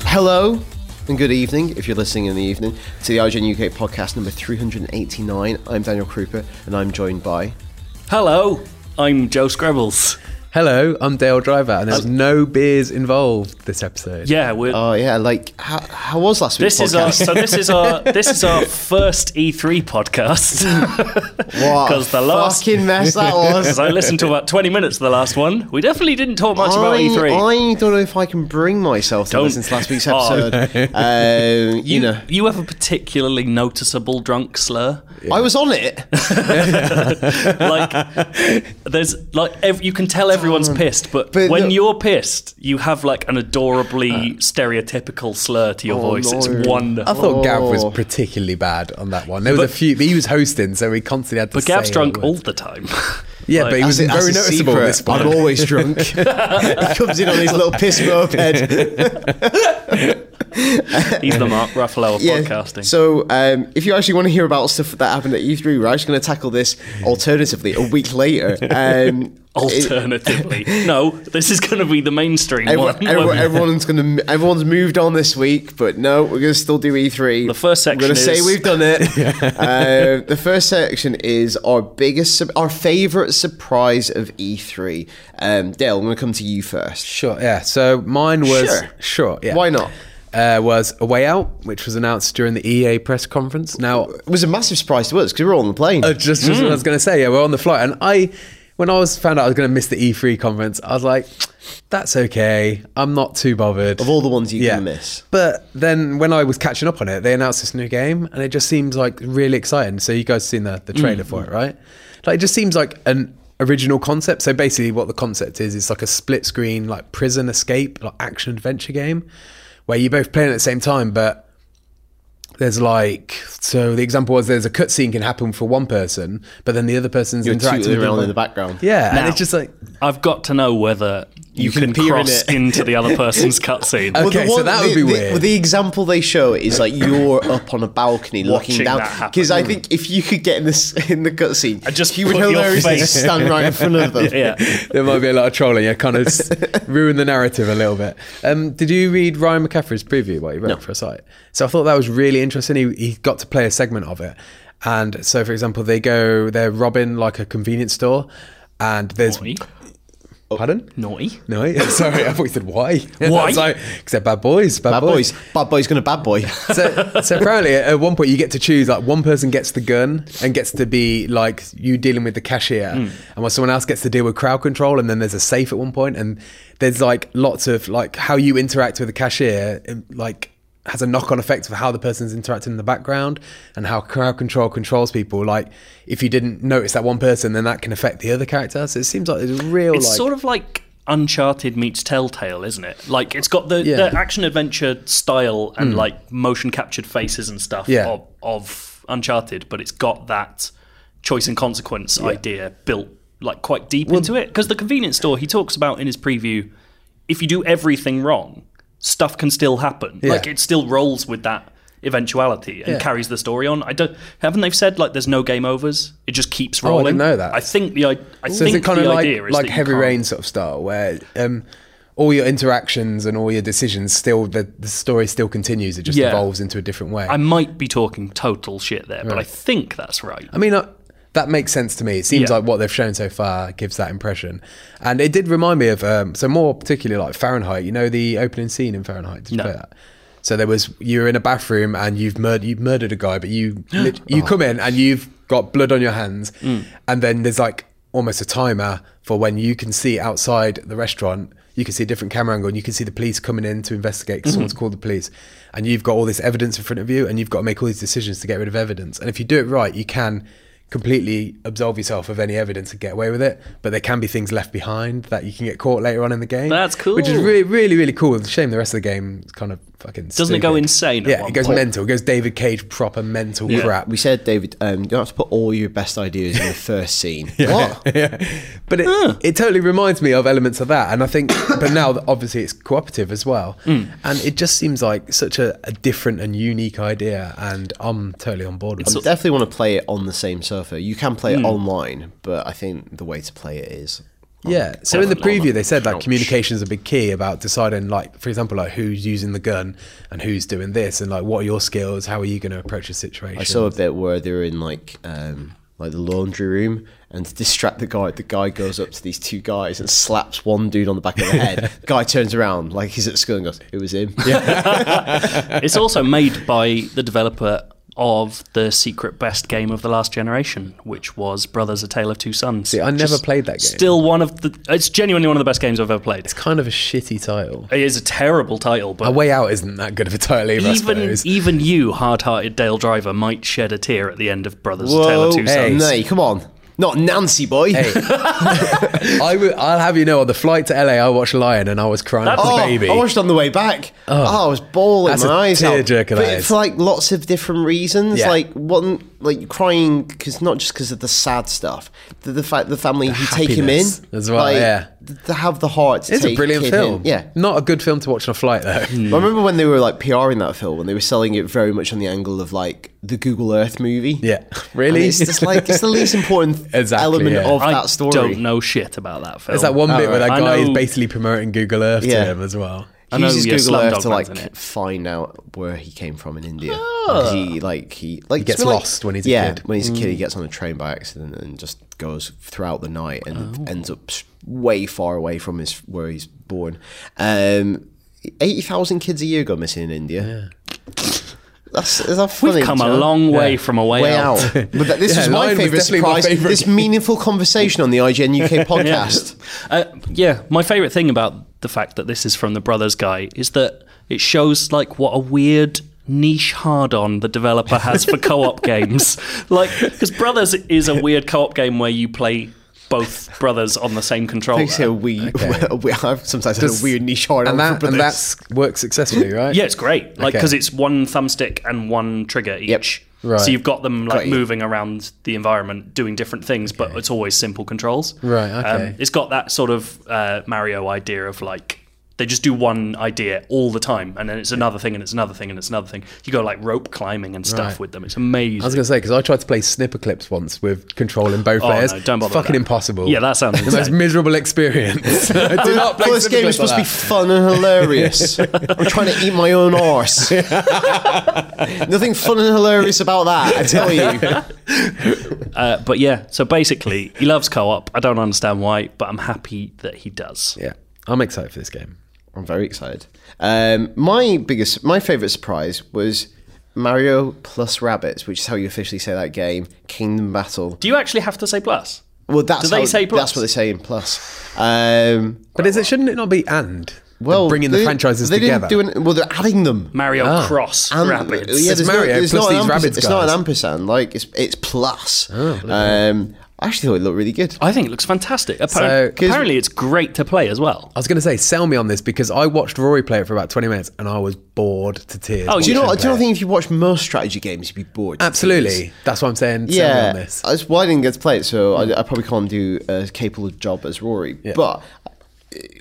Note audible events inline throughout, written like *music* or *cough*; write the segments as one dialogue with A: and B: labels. A: hello and good evening if you're listening in the evening to the IGN UK podcast number 389. I'm Daniel Krupa and I'm joined by.
B: Hello, I'm Joe Scrabbles.
C: Hello, I'm Dale Driver, and there's no beers involved this episode.
B: Yeah, we're.
A: Oh, yeah, like, how, how was last week's
B: this is our so this is our this is our first
A: *laughs*
B: E3 podcast
A: is our.
B: because the last
A: Fucking mess
B: *laughs*
A: that was.
B: because I listened to about twenty minutes of the last one. We definitely didn't talk much about E
A: I,
B: E3.
A: I don't know if I can bring myself to
B: Don't.
A: listen to last week's
B: Oh.
A: episode.
B: *laughs*
A: um, you, know,
B: You have a particularly noticeable drunk slur.
A: I was on it. *laughs*
B: Like there's like ev- you can tell everyone's pissed, but,
A: But
B: when
A: no- Uh,
B: you're pissed, you have like an adorably stereotypical slur to your
A: Oh,
B: voice.
A: no.
B: It's wonderful.
C: I thought Gav was
A: Oh.
C: particularly bad on that one. There was a few. He was hosting, so we constantly had to.
B: but Gav's
C: say
B: drunk all
C: words.
B: the time. *laughs*
C: Yeah,
B: Like-
C: but he was
A: That's a-
C: very
A: that's a
C: noticeable.
A: secret.
C: This one.
A: I'm always drunk. he comes in on his little piss
B: *laughs*
A: moped.
B: He's the Mark
A: *laughs*
B: Ruffalo of podcasting.
A: So um, if you actually want to hear about stuff that happened at E3, we're actually going to tackle this alternatively a week
B: *laughs*
A: later. Um, it-
B: Alternatively, no, this is going to be the mainstream
A: everyone-
B: one.
A: everyone- everyone's going to everyone's moved on this week, but no, we're going to still do E3.
B: The first
A: We're going to
B: section
A: say
B: is-
A: we've done
B: *laughs*
A: it. um, the first section is our biggest, sup- our favorite surprise of E3. Um, Dale, I'm going to come to you first.
C: *laughs* Sure. Yeah. So mine was
A: Sure.
C: sure. yeah.
A: Why not?
C: Uh, was a way out, which was announced during the EA press conference. Now,
A: It was a massive surprise to us because we were all on the plane.
C: Uh, just, just
A: Mm.
C: what I was going to say. Yeah, we're on the flight, and I, when I was found out I was going to miss the E3 conference, I was like, "That's okay. I'm not too bothered."
A: Of all the ones you
C: yeah.
A: can miss.
C: But then when I was catching up on it, they announced this new game, and it just seems like really exciting. So you guys seen the the trailer for
A: Mm.
C: it, right? Like, it just seems like an original concept. So basically, what the concept is, it's like a split screen, like prison escape, like action adventure game, where you're both playing at the same time, but there's like so the example was there's a cutscene can happen for one person, but then the other person's
A: You're
C: interacting
A: tootling
C: with
A: around
C: them.
A: in the background.
C: Yeah, and
B: Now-
C: it's just like
B: I've got to know whether you,
A: can
B: can,
A: peer in
B: cross
A: it.
B: into the
A: *laughs*
B: other person's cutscene.
C: Okay,
A: the
C: so that would
A: the,
C: be
A: the,
C: weird.
A: well, the example they show is like you're up on a
B: *laughs*
A: balcony looking
B: Watching
A: down.
B: that happen.
A: Because I think if you could get in this in the cutscene,
B: And just
A: you would
B: put your
A: hilariously
B: face-
A: stand right in front of them.
B: *laughs* yeah,
C: there might be a lot of trolling. Yeah, kind of s- ruin the narrative a little bit. Um, did you read Ryan McCaffrey's preview? What he wrote for a site. So I thought that was really interesting. He, he got to play a segment of it, and so for example, they go they're robbing like a convenience store, and there's
B: naughty,
C: pardon.
B: naughty.
C: No, *laughs* sorry, I thought you said why. *laughs*
B: Why?
C: Because they're bad boys. Bad,
A: Bad boys, bad boys gonna bad boy.
C: so, so apparently at one point you get to choose like one person gets the gun and gets to be like you dealing with the cashier and while someone else gets to deal with crowd control and then there's a safe at one point and there's like lots of like how you interact with the cashier um, like has a knock-on effect of how the person's interacting in the background and how crowd control controls people like if you didn't notice that one person then that can affect the other character so it seems like there's a real
B: It's
C: like
B: sort of like Uncharted meets Telltale, isn't it? Like it's got the,
C: Yeah. Hmm.
B: the action adventure style and like motion captured faces and stuff
C: Yeah.
B: of, of Uncharted, but it's got that choice and consequence idea built like quite deep into it. Because the convenience store he talks about in his preview, if you do everything wrong, stuff can still happen. Like it still rolls with that eventuality and
C: Yeah.
B: carries the story on. I don't haven't they said like there's no game overs? It just keeps
C: Oh, I
B: rolling.
C: didn't know that.
B: I think the I, I
C: So is
B: think
C: it kind
B: the
C: of
B: idea
C: like
B: is
C: like
B: that you
C: heavy
B: can't-
C: rain sort of style where um, all your interactions and all your decisions still the, the story still continues. It just
B: Yeah.
C: evolves into a different way.
B: I
C: i
B: might be talking total shit there, but I think that's right.
C: mean, I, that makes sense to me. It seems
B: Yeah.
C: like what they've shown so far gives that impression, and it did remind me of um, so more particularly like Fahrenheit. You know the opening scene in Fahrenheit. Did you
B: No.
C: play that? So there was you were in a bathroom and you've murdered you murdered a guy, but you lit- you come in and you've got blood on your hands, and then there's like almost a timer for when you can see outside the restaurant. You can see a different camera angle, and you can see the police coming in to investigate because someone's called the police, and you've got all this evidence in front of you, and you've got to make all these decisions to get rid of evidence. And if you do it right, you can completely absolve yourself of any evidence and get away with it. But there can be things left behind that you can get caught later on in the game.
B: That's
C: Which is
B: cool.
C: really, really, really cool. It's a shame the rest of the game is kind of fucking.
B: Doesn't it go
C: stupid.
B: insane at
C: Yeah,
B: one
C: it goes
B: point?
C: mental. It goes David Cage proper mental crap.
A: We said, David, um, you don't have to put all your best ideas
C: *laughs*
A: in the first scene. What?
C: But it, it totally reminds me of elements of that. And I think, *coughs* but now that obviously it's cooperative as well.
B: Hmm.
C: And it just seems like such a, a different and unique idea. And I'm totally on board with
A: I
C: it.
A: definitely
B: Hmm.
A: want to play it on the same server. You can play it online, but I think the way to play it is
C: Yeah. So in the
B: Definitely
C: preview,
B: not.
C: they said like
A: Ouch.
C: communication is a big key about deciding, like for example, like who's using the gun and who's doing this, and like what are your skills, how are you going to approach a situation.
A: I saw a bit where they were in like um, like the laundry room, and to distract the guy, the guy goes up to these two guys and slaps one dude on the back of the
C: *laughs*
A: head. the guy turns around like he's at school and goes, "It was him." *laughs* Yeah,
B: It's also made by the developer of the secret best game of the last generation, which was Brothers: A Tale of Two Sons.
C: See, I
B: which
C: never
B: is
C: played that game.
B: Still one of the. It's genuinely one of the best games I've ever played.
C: It's kind of a shitty title.
B: It is a terrible title,
C: A
B: but
C: way out isn't that good of a title either. I
B: even
A: e-
C: suppose.
B: even you, hard-hearted Dale Driver, might shed a tear at the end of Brothers: A Tale of Two
C: hey.
B: Sons.
A: Nay, come on, not Nancy boy.
C: I will, I'll have you know, on the flight to LA, I watched Lion and I was crying like
A: *laughs* Oh,
C: a baby.
A: I watched on the way back. Oh, I was bawling
C: That's
A: my
C: a
A: eyes out.
C: tearjerker, that
A: but
C: is.
A: for like lots of different reasons.
C: Yeah.
A: Like one, like crying because not just because of the sad stuff, the, the fact the family who take him in
C: happiness as well,
A: like,
C: yeah.
A: th- to have the heart. To
C: it's a
A: take
C: brilliant
A: kid in.
C: film.
A: Yeah. Hmm.
C: Not a good film to watch on a flight though.
A: I remember when they were like PRing that film, and they were selling it very much on the angle of like the Google Earth movie.
C: Yeah.
A: And
C: *laughs* Really?
A: it's just like it's the least important
C: *laughs* Exactly,
A: element
C: yeah.
A: of
B: I
A: that story.
B: don't know shit about that film.
C: There's that one bit where that
B: I
C: guy is
B: know-
C: basically promoting Google Earth
A: Yeah.
C: to him as well.
A: He
B: I know,
A: uses
B: yeah,
A: Google
B: Slumdog
A: Earth to like
B: Man's in it.
A: find out where he came from in India. 'Cause He like he like
C: Ah. gets
A: it's like-
C: lost when he's a
A: yeah,
C: kid. Mm.
A: when he's a kid, he gets on a train by accident and just goes throughout the night
C: Oh.
A: and ends up s- way far away from his where he's born. Um, Eighty thousand kids a year go missing in India. That's that's funny.
B: We've come a
A: Joe.
B: long way from a way,
A: Way
B: out.
A: out,
B: *laughs*
A: but th- this
C: *laughs* Yeah,
A: is my
C: Lion was
A: favorite
C: definitely my
A: surprise.
C: favourite
A: This meaningful conversation on the IGN
C: *laughs*
A: UK podcast.
B: Uh, yeah, my favorite thing about the fact that this is from the Brothers guy is that it shows like what a weird niche hard-on the developer
A: *laughs*
B: has for co-op games. Like, because Brothers is a weird co-op game where you play both brothers on the same controller.
A: Thanks, yeah, we, *laughs* we I've sometimes had a
C: Oh, Does-
A: weird niche hard
C: And
A: on
C: that
A: for
C: and
A: this.
C: that's worked
A: *laughs*
C: successfully, right?
B: Yeah, it's great. Like
C: Okay.
B: because it's one thumbstick and one trigger each.
C: Right.
B: So you've got them like
A: Got you.
B: moving around the environment, doing different things, but it's always simple controls. Um,
C: Right, okay.
B: it's got that sort of uh, Mario idea of like they just do one idea all the time, and then it's another thing, and it's another thing, and it's another thing. You go like rope climbing and stuff
C: Right.
B: with them. It's amazing.
C: I was going to say because I tried to play snipper clips once with controlling both
B: Oh,
C: players.
B: no, don't bother with
C: Fucking
B: that.
C: impossible.
B: Yeah, that
C: *laughs*
B: sounds *laughs*
C: the most
B: insane.
C: miserable
B: *laughs*
C: experience. I *laughs* do not play
A: Well, this
C: snipper
A: game is supposed
C: clips like
A: to be
C: that.
A: fun and
C: *laughs*
A: hilarious. I'm trying to eat my own arse. Nothing fun and hilarious about that, I tell
C: *laughs*
A: you.
B: Uh, but yeah, so basically, he loves co-op. I don't understand why, but I'm happy that he does.
C: Yeah, I'm excited for this game.
A: I'm very excited. Um, my biggest, my favorite surprise was Mario plus Rabbits, which is how you officially say that game. Kingdom Battle.
B: Do you actually have to say plus?
A: Well, that's
B: Do they
A: how-
B: say plus?
A: that's what they say in plus. Um,
C: But is it? Shouldn't it not be and?
A: well,
C: They're bringing the
A: they-
C: franchises
A: they
C: together.
A: Didn't do an, well, they're adding them.
B: Mario
C: Ah.
B: Cross
A: And-
B: Rapids.
A: Yeah,
C: It's
A: there's no-
C: Mario
A: there's
C: plus
A: not an
C: these
A: ampersand-
C: rabbits
A: It's not an
C: guys. Oh,
A: ampersand. Like it's it's plus. um, I actually thought it looked really good.
B: I think it looks fantastic. Appar-
C: So- 'Cause-
B: apparently, it's great to play as well.
C: I was going to say, sell me on this because I watched Rory play it for about 20 minutes and I was bored to tears.
B: Oh,
A: Do you know?
B: should
A: what- Do you not
C: play
A: think if you watch most strategy games, you'd be bored? to tears?
C: Absolutely. That's what I'm saying. Sell me
A: Yeah, Uh,
C: on this. Hmm.
A: that's why I didn't get to play it, so I, I probably can't do as capable a job as Rory. But uh,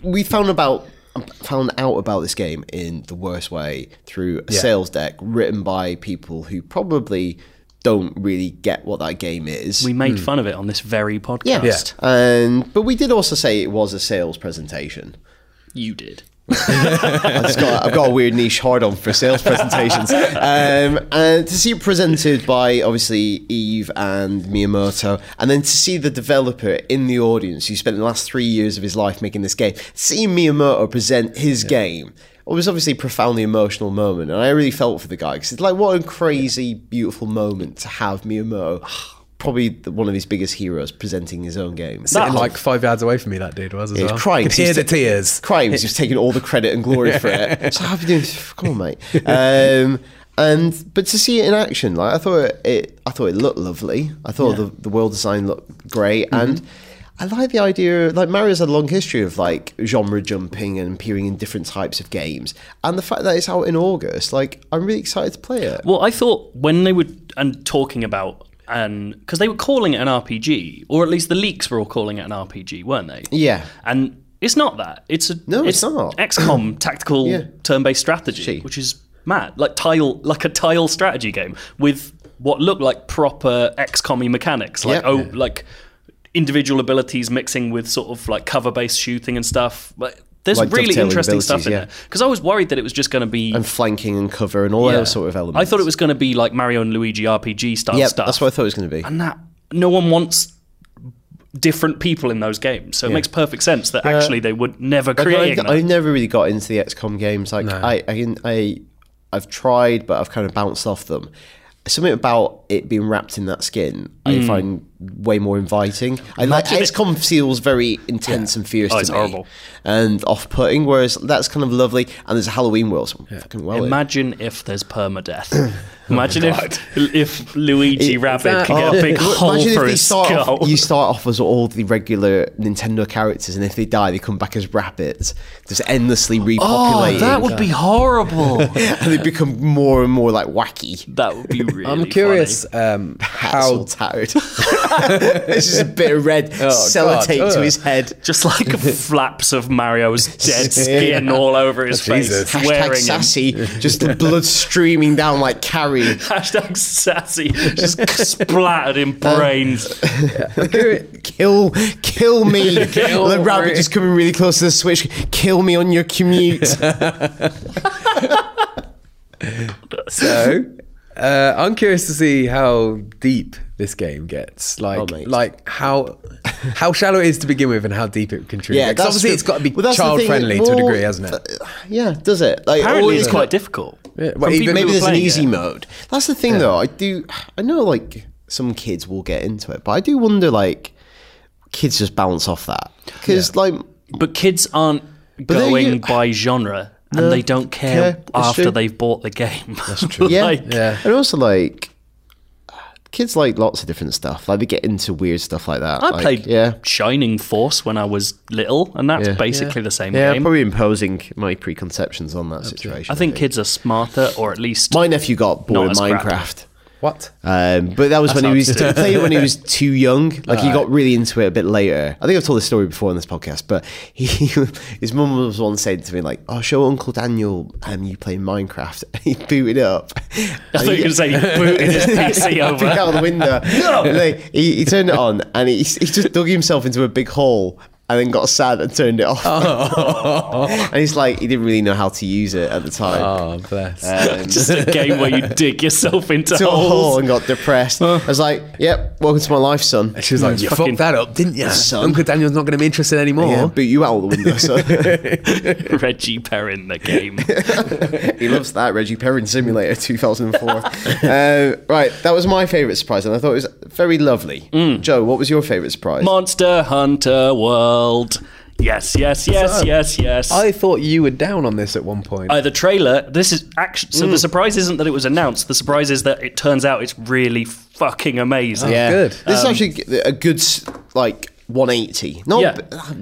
A: we found about um, found out about this game in the worst way through a
C: Yeah.
A: sales deck written by people who probably don't really get what that game is.
B: We made fun of it on this very podcast.
C: Hmm. Yeah.
A: And but we did also say it was a sales presentation.
B: You did.
A: I just got, I've got a weird niche hard on for sales *laughs* presentations. Um, and to see it presented by obviously Eve and Miyamoto, and then to see the developer in the audience who spent the last three years of his life making this game, seeing Miyamoto present his game. It was obviously a profoundly emotional moment, and I really felt for the guy because it's like what a crazy, beautiful moment to have Miyamoto, *sighs* probably the- one of his biggest heroes, presenting his own game.
C: Sitting like five yards away from me, that dude was as
A: He was
C: well.
A: crying.
C: Could
A: He
C: hear
A: was
C: the
A: ta-
C: tears.
A: Crying because he was taking all the credit and glory for
B: *laughs*
A: it. So how have you doing? this? Come on, mate. Um, and but to see it in action, like I thought it, I thought it looked lovely. I thought the, the world design looked great,
B: Mm-hmm.
A: and I like the idea. Like Mario's had a long history of like genre jumping and appearing in different types of games, and the fact that it's out in August, like I'm really excited to play it.
B: Well, I thought when they were and talking about and because they were calling it an RPG, or at least the leaks were all calling it an RPG, weren't they?
A: Yeah.
B: And it's not that. It's a
A: No, it's not. *coughs*
B: XCOM tactical
A: Yeah.
B: turn-based strategy,
A: Gee.
B: which is mad. Like tile, like a tile strategy game with what looked like proper XCOM mechanics, like
A: Yeah.
B: oh, like individual abilities mixing with sort of like cover based shooting and stuff. But there's
A: Like
B: really
A: dovetailing
B: interesting stuff
A: abilities,
B: in
A: yeah.
B: there because I was worried that it was just going to be.
A: and flanking and cover and all
B: yeah.
A: those sort of elements.
B: I thought it was going to be like Mario and Luigi RPG style
A: Yeah,
B: stuff.
A: that's what I thought it was going to be.
B: and that no one wants different people in those games. So it makes perfect sense that actually they would never create.
A: I, I never really got into the XCOM games. Like I, I, can- I, I've tried, but I've kind of bounced off them. Something about it being wrapped in that skin,
B: Hmm.
A: I find way more inviting. I like XCOM feels very intense and fierce
B: Oh,
A: to
B: it's
A: me,
B: horrible.
A: and off-putting. Whereas that's kind of lovely, and there's a Halloween world. So I'm fucking well. in.
B: Imagine if there's
A: *coughs*
B: permadeath. Imagine if if Luigi Rabbit
C: exactly.
B: could get
A: *laughs*
B: a big
A: Look,
B: hole
A: oh. imagine if
B: through
A: they
B: his
A: start
B: skull.
A: Off, you start off as all the regular Nintendo characters, and if they die, they come back as rabbits, just
B: Oh,
A: endlessly repopulating. *laughs*
B: be horrible.
A: and they become more and more like wacky.
B: that would be really.
C: I'm curious um,
A: Hats all
C: how Oh,
A: tattered. *laughs* it's just a bit of red sellotape
C: God,
A: to
C: ugh.
A: his head.
B: funny. Just like flaps of Mario's
A: *laughs*
B: dead skin all over his face,
C: Jesus.
A: Hashtag
B: wearing him.
A: sassy,
C: *laughs*
A: just the blood streaming down like carrion.
B: *laughs* Hashtag sassy, just splattered
A: Um,
B: in brains.
A: Kill, kill me.
C: *laughs* Kill
A: the rabbit
C: me.
A: just coming really close to the switch. Kill me on your
C: *laughs*
A: commute.
C: so. Uh, I'm curious to see how deep this game gets. Like,
A: Oh, mate.
C: like how how shallow it is to begin with, and how deep it can truly
A: Yeah,
C: get. 'Cause
A: that's
C: obviously
A: true.
C: it's got to be
A: Well, that's the
C: child
A: thing,
C: friendly to a
A: well,
C: degree, hasn't it?
A: yeah, does it? Like, all
B: Apparently,
A: these
B: it's
A: kind of-
B: quite difficult. From
C: well, even-
B: people
A: Maybe
B: who are
A: there's an
B: playing
A: easy
B: it.
A: mode. That's the thing, though. I do. I know, like some kids will get into it, but I do wonder, like, kids just bounce off that because,
B: *laughs*
A: like,
B: But kids aren't
A: there
B: going
A: you-
B: by genre, and they don't care
A: care. It's
B: after
A: true.
B: they've bought the game. *laughs* That's true.
A: yeah,
B: like,
C: Yeah.
A: and also like. Kids like lots of different stuff. Like they get into weird stuff like that.
B: I
A: Like,
B: played
A: yeah,
B: Shining Force when I was little, and that's
A: Yeah.
B: basically the same
A: yeah. I'm
B: game.
A: probably imposing my preconceptions on that situation.
B: I think kids are smarter, or at least
A: my nephew got bored
B: Not
A: of
B: as crap.
A: Minecraft.
C: What?
A: Um, but that was when he
B: not
A: was
B: to do.
A: he played it when he was too young. Like he got really into it a bit later. I think I've told this story before on this podcast, but *laughs* he, his mum was once saying to me like, "Oh, show Uncle Daniel um, you playing Minecraft." *laughs* And he booted up.
B: I thought you
A: *laughs*
B: were going to say he booted his PC
A: Peek
B: over.
A: out the
B: *laughs*
A: window. And then he, he turned it on and he, he just dug himself into a big hole and then got sad and turned it off.
B: Oh.
A: *laughs* and he's like, he didn't really know how to use it at the time.
C: Oh, bless.
A: Uh,
B: Just a game where you dig yourself into
A: To a hole
B: holes. *laughs*
A: and got depressed. I was like, "Yep, welcome to my life, son."
C: she was like, "You
B: fucking-
C: fucked that up, didn't you?"
A: Son.
C: Uncle Daniel's not going to be interested anymore.
A: Yeah, boot you out the window. So
B: *laughs* Reggie Perrin, the game.
A: he loves that Reggie Perrin Simulator 2004. uh, right, that was my favourite surprise, and I thought it was very lovely.
B: Mm.
A: Joe, what was your favourite surprise?
B: Monster Hunter World. Yes, yes, yes,
C: So,
B: yes, yes.
C: I thought you were down on this at one point.
B: Uh, the trailer. This is actually so. The surprise isn't that it was announced. The surprise is that it turns out it's really fucking amazing.
A: yeah,
C: good.
B: Um,
A: This is actually a good s- like 180. Not
B: Yeah.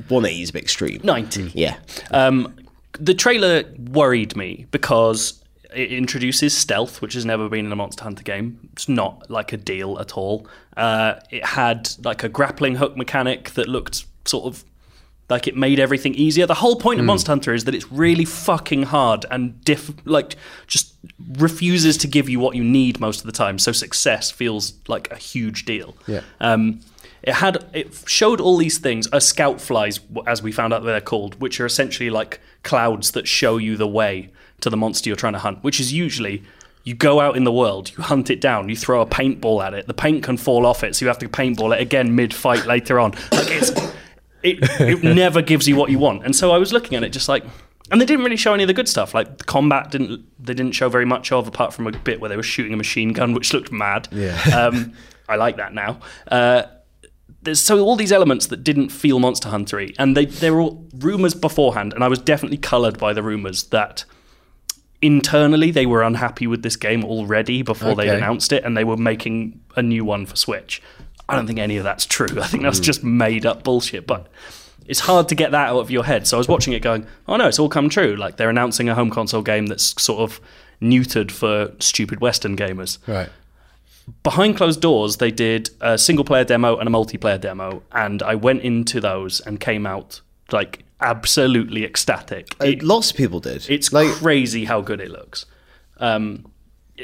A: 180 is a bit extreme.
B: ninety.
A: Yeah,
B: Um, the trailer worried me because it introduces stealth, which has never been in a Monster Hunter game. It's not like a deal at all. Uh, it had like a grappling hook mechanic that looked sort of like it made everything easier. The whole point of Monster Hunter is that it's really fucking hard and diff like just refuses to give you what you need most of the time. So success feels like a huge deal.
C: Yeah.
B: Um, it had it showed all these things. A scout flies, as we found out they're called, which are essentially like clouds that show you the way to the monster you're trying to hunt. Which is usually you go out in the world, you hunt it down, you throw a paintball at it. The paint can fall off it, so you have to paintball it again mid-fight later on. Like it's it, it never gives you what you want. And so I was looking at it just like, and they didn't really show any of the good stuff. Like the combat didn't, they didn't show very much of, apart from a bit where they were shooting a machine gun, which looked mad. *laughs*
C: Yeah.
B: Um, I like that now. Uh, there's so all these elements that didn't feel Monster Huntery, and they they were all rumors beforehand, and I was definitely coloured by the rumors that internally they were unhappy with this game already before they'd
C: Okay.
B: announced it, and they were making a new one for Switch. I don't think any of that's true. I think that's just made up bullshit, but. It's hard to get that out of your head. So I was watching it going, oh no, it's all come true. Like they're announcing a home console game that's sort of neutered for stupid Western gamers
C: right.
B: behind closed doors, they did a single player demo and a multiplayer demo, and I went into those and came out like absolutely ecstatic.
A: Uh,
B: It-
A: lots of people did.
B: it's
A: like
B: crazy how good it looks. Um,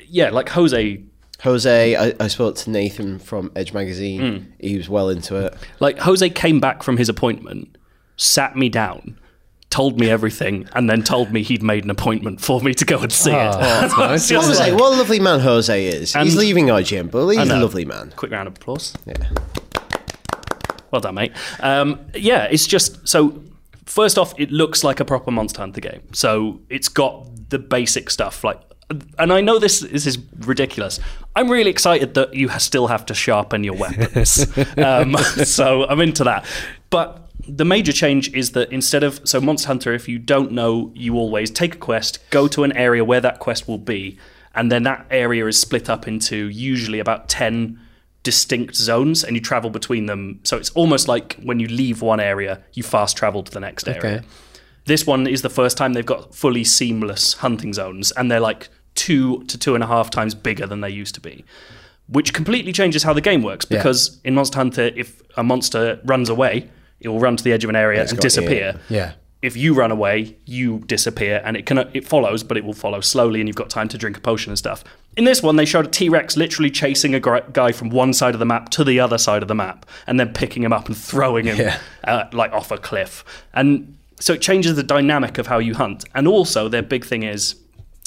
B: yeah, like Jose
A: Jose, I, I spoke to Nathan from Edge Magazine.
B: Mm.
A: He was well into it.
B: Like Jose came back from his appointment, sat me down, told me everything, and then told me he'd made an appointment for me to go and see it. *laughs*
C: that's
B: I was
C: nice.
B: just
A: Jose,
B: like-
A: Ah, what a lovely man Jose is.
B: And-
A: he's leaving IGN, but he's a
B: know.
A: lovely man.
B: Quick round of applause.
A: Yeah.
B: Well done, mate. Um, yeah, it's just so. First off, it looks like a proper Monster Hunter game, so it's got the basic stuff. Like, and I know this, this is ridiculous. I'm really excited that you ha- still have to sharpen your weapons, um, so I'm into that. But the major change is that instead of so Monster Hunter, if you don't know, you always take a quest, go to an area where that quest will be, and then that area is split up into usually about ten distinct zones and you travel between them. So it's almost like when you leave one area, you fast travel to the next area.
C: Okay.
B: This one is the first time they've got fully seamless hunting zones, and they're like two to two and a half times bigger than they used to be, which completely changes how the game works. Because in Monster Hunter, if a monster runs away, it will run to the edge of an area and
A: got-
B: disappear
C: Yeah.
B: if you run away, you disappear, and it can it follows, but it will follow slowly, and you've got time to drink a potion and stuff. In this one, they showed a T Rex literally chasing a gr- guy from one side of the map to the other side of the map, and then picking him up and throwing him
C: Yeah.
B: uh, like off a cliff, and so it changes the dynamic of how you hunt. And also, their big thing is,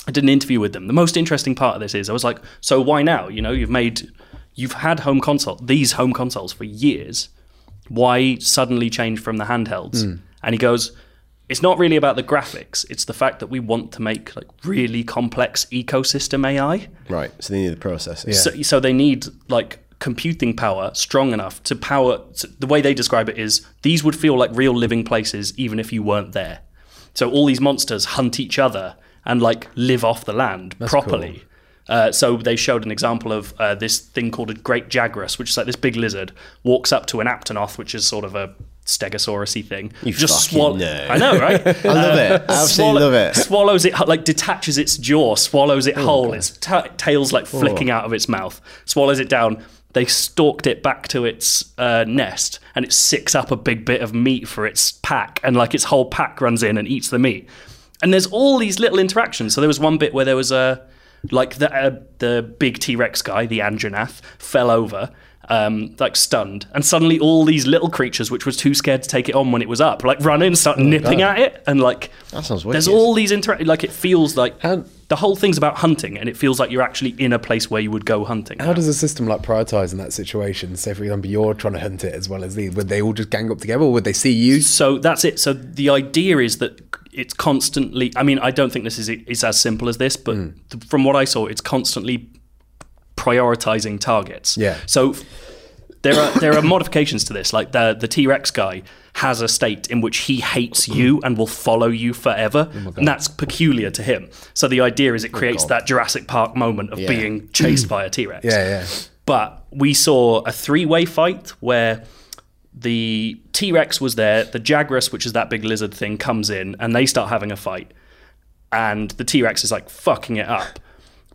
B: I did an interview with them. The most interesting part of this is I was like, so why now? You know, you've made, you've had home console these home consoles for years why suddenly change from the handhelds? And he goes, it's not really about the graphics. It's the fact that we want to make like really complex ecosystem AI.
A: Right. So they need the process. Yeah.
B: So, so they need like computing power strong enough to power. so the way they describe it is these would feel like real living places even if you weren't there. So all these monsters hunt each other and like live off the land properly. Uh, so they showed an example of uh, this thing called a great jaguarus, which is like this big lizard walks up to an aptonoth, which is sort of a stegosaurusy thing. You
A: fucking
B: swallow.
A: know.
B: I know, right?
A: *laughs* I love it. I Uh, absolutely
B: swallow-
A: love it.
B: Swallows it, like detaches its jaw, swallows
A: Oh,
B: it whole. Its ta tail's like flicking out of its mouth, swallows it down. They stalked it back to its uh, nest, and it sicks up a big bit of meat for its pack, and like its whole pack runs in and eats the meat. And there's all these little interactions. So there was one bit where there was a like the uh, the big T Rex guy, the Anjanath, fell over, um, like stunned, and suddenly all these little creatures, which was too scared to take it on when it was up, like run in, start nipping at it, and like
A: Oh, That sounds
B: There's
A: wicked.
B: all these interact like it feels like
C: How-
B: the whole thing's about hunting, and it feels like you're actually in a place where you would go hunting.
C: How does a system like prioritize in that situation? Say, for example, you're trying to hunt it as well as these. Would they all just gang up together, or would they see you?
B: so that's it. So the idea is that it's constantly. I mean, I don't think this is is as simple as this, but
C: Hmm.
B: th- from what I saw, it's constantly prioritizing targets.
C: Yeah.
B: So f- there are there are modifications to this. Like the the T Rex guy has a state in which he hates you and will follow you
C: Oh
B: forever, and that's peculiar to him. So the idea is it creates that Jurassic Park moment of being chased
C: *clears throat*
B: by a T Rex.
C: Yeah, yeah.
B: But we saw a three way fight where the T Rex was there, the Jaguarus, which is that big lizard thing, comes in and they start having a fight. And the T Rex is like fucking it up.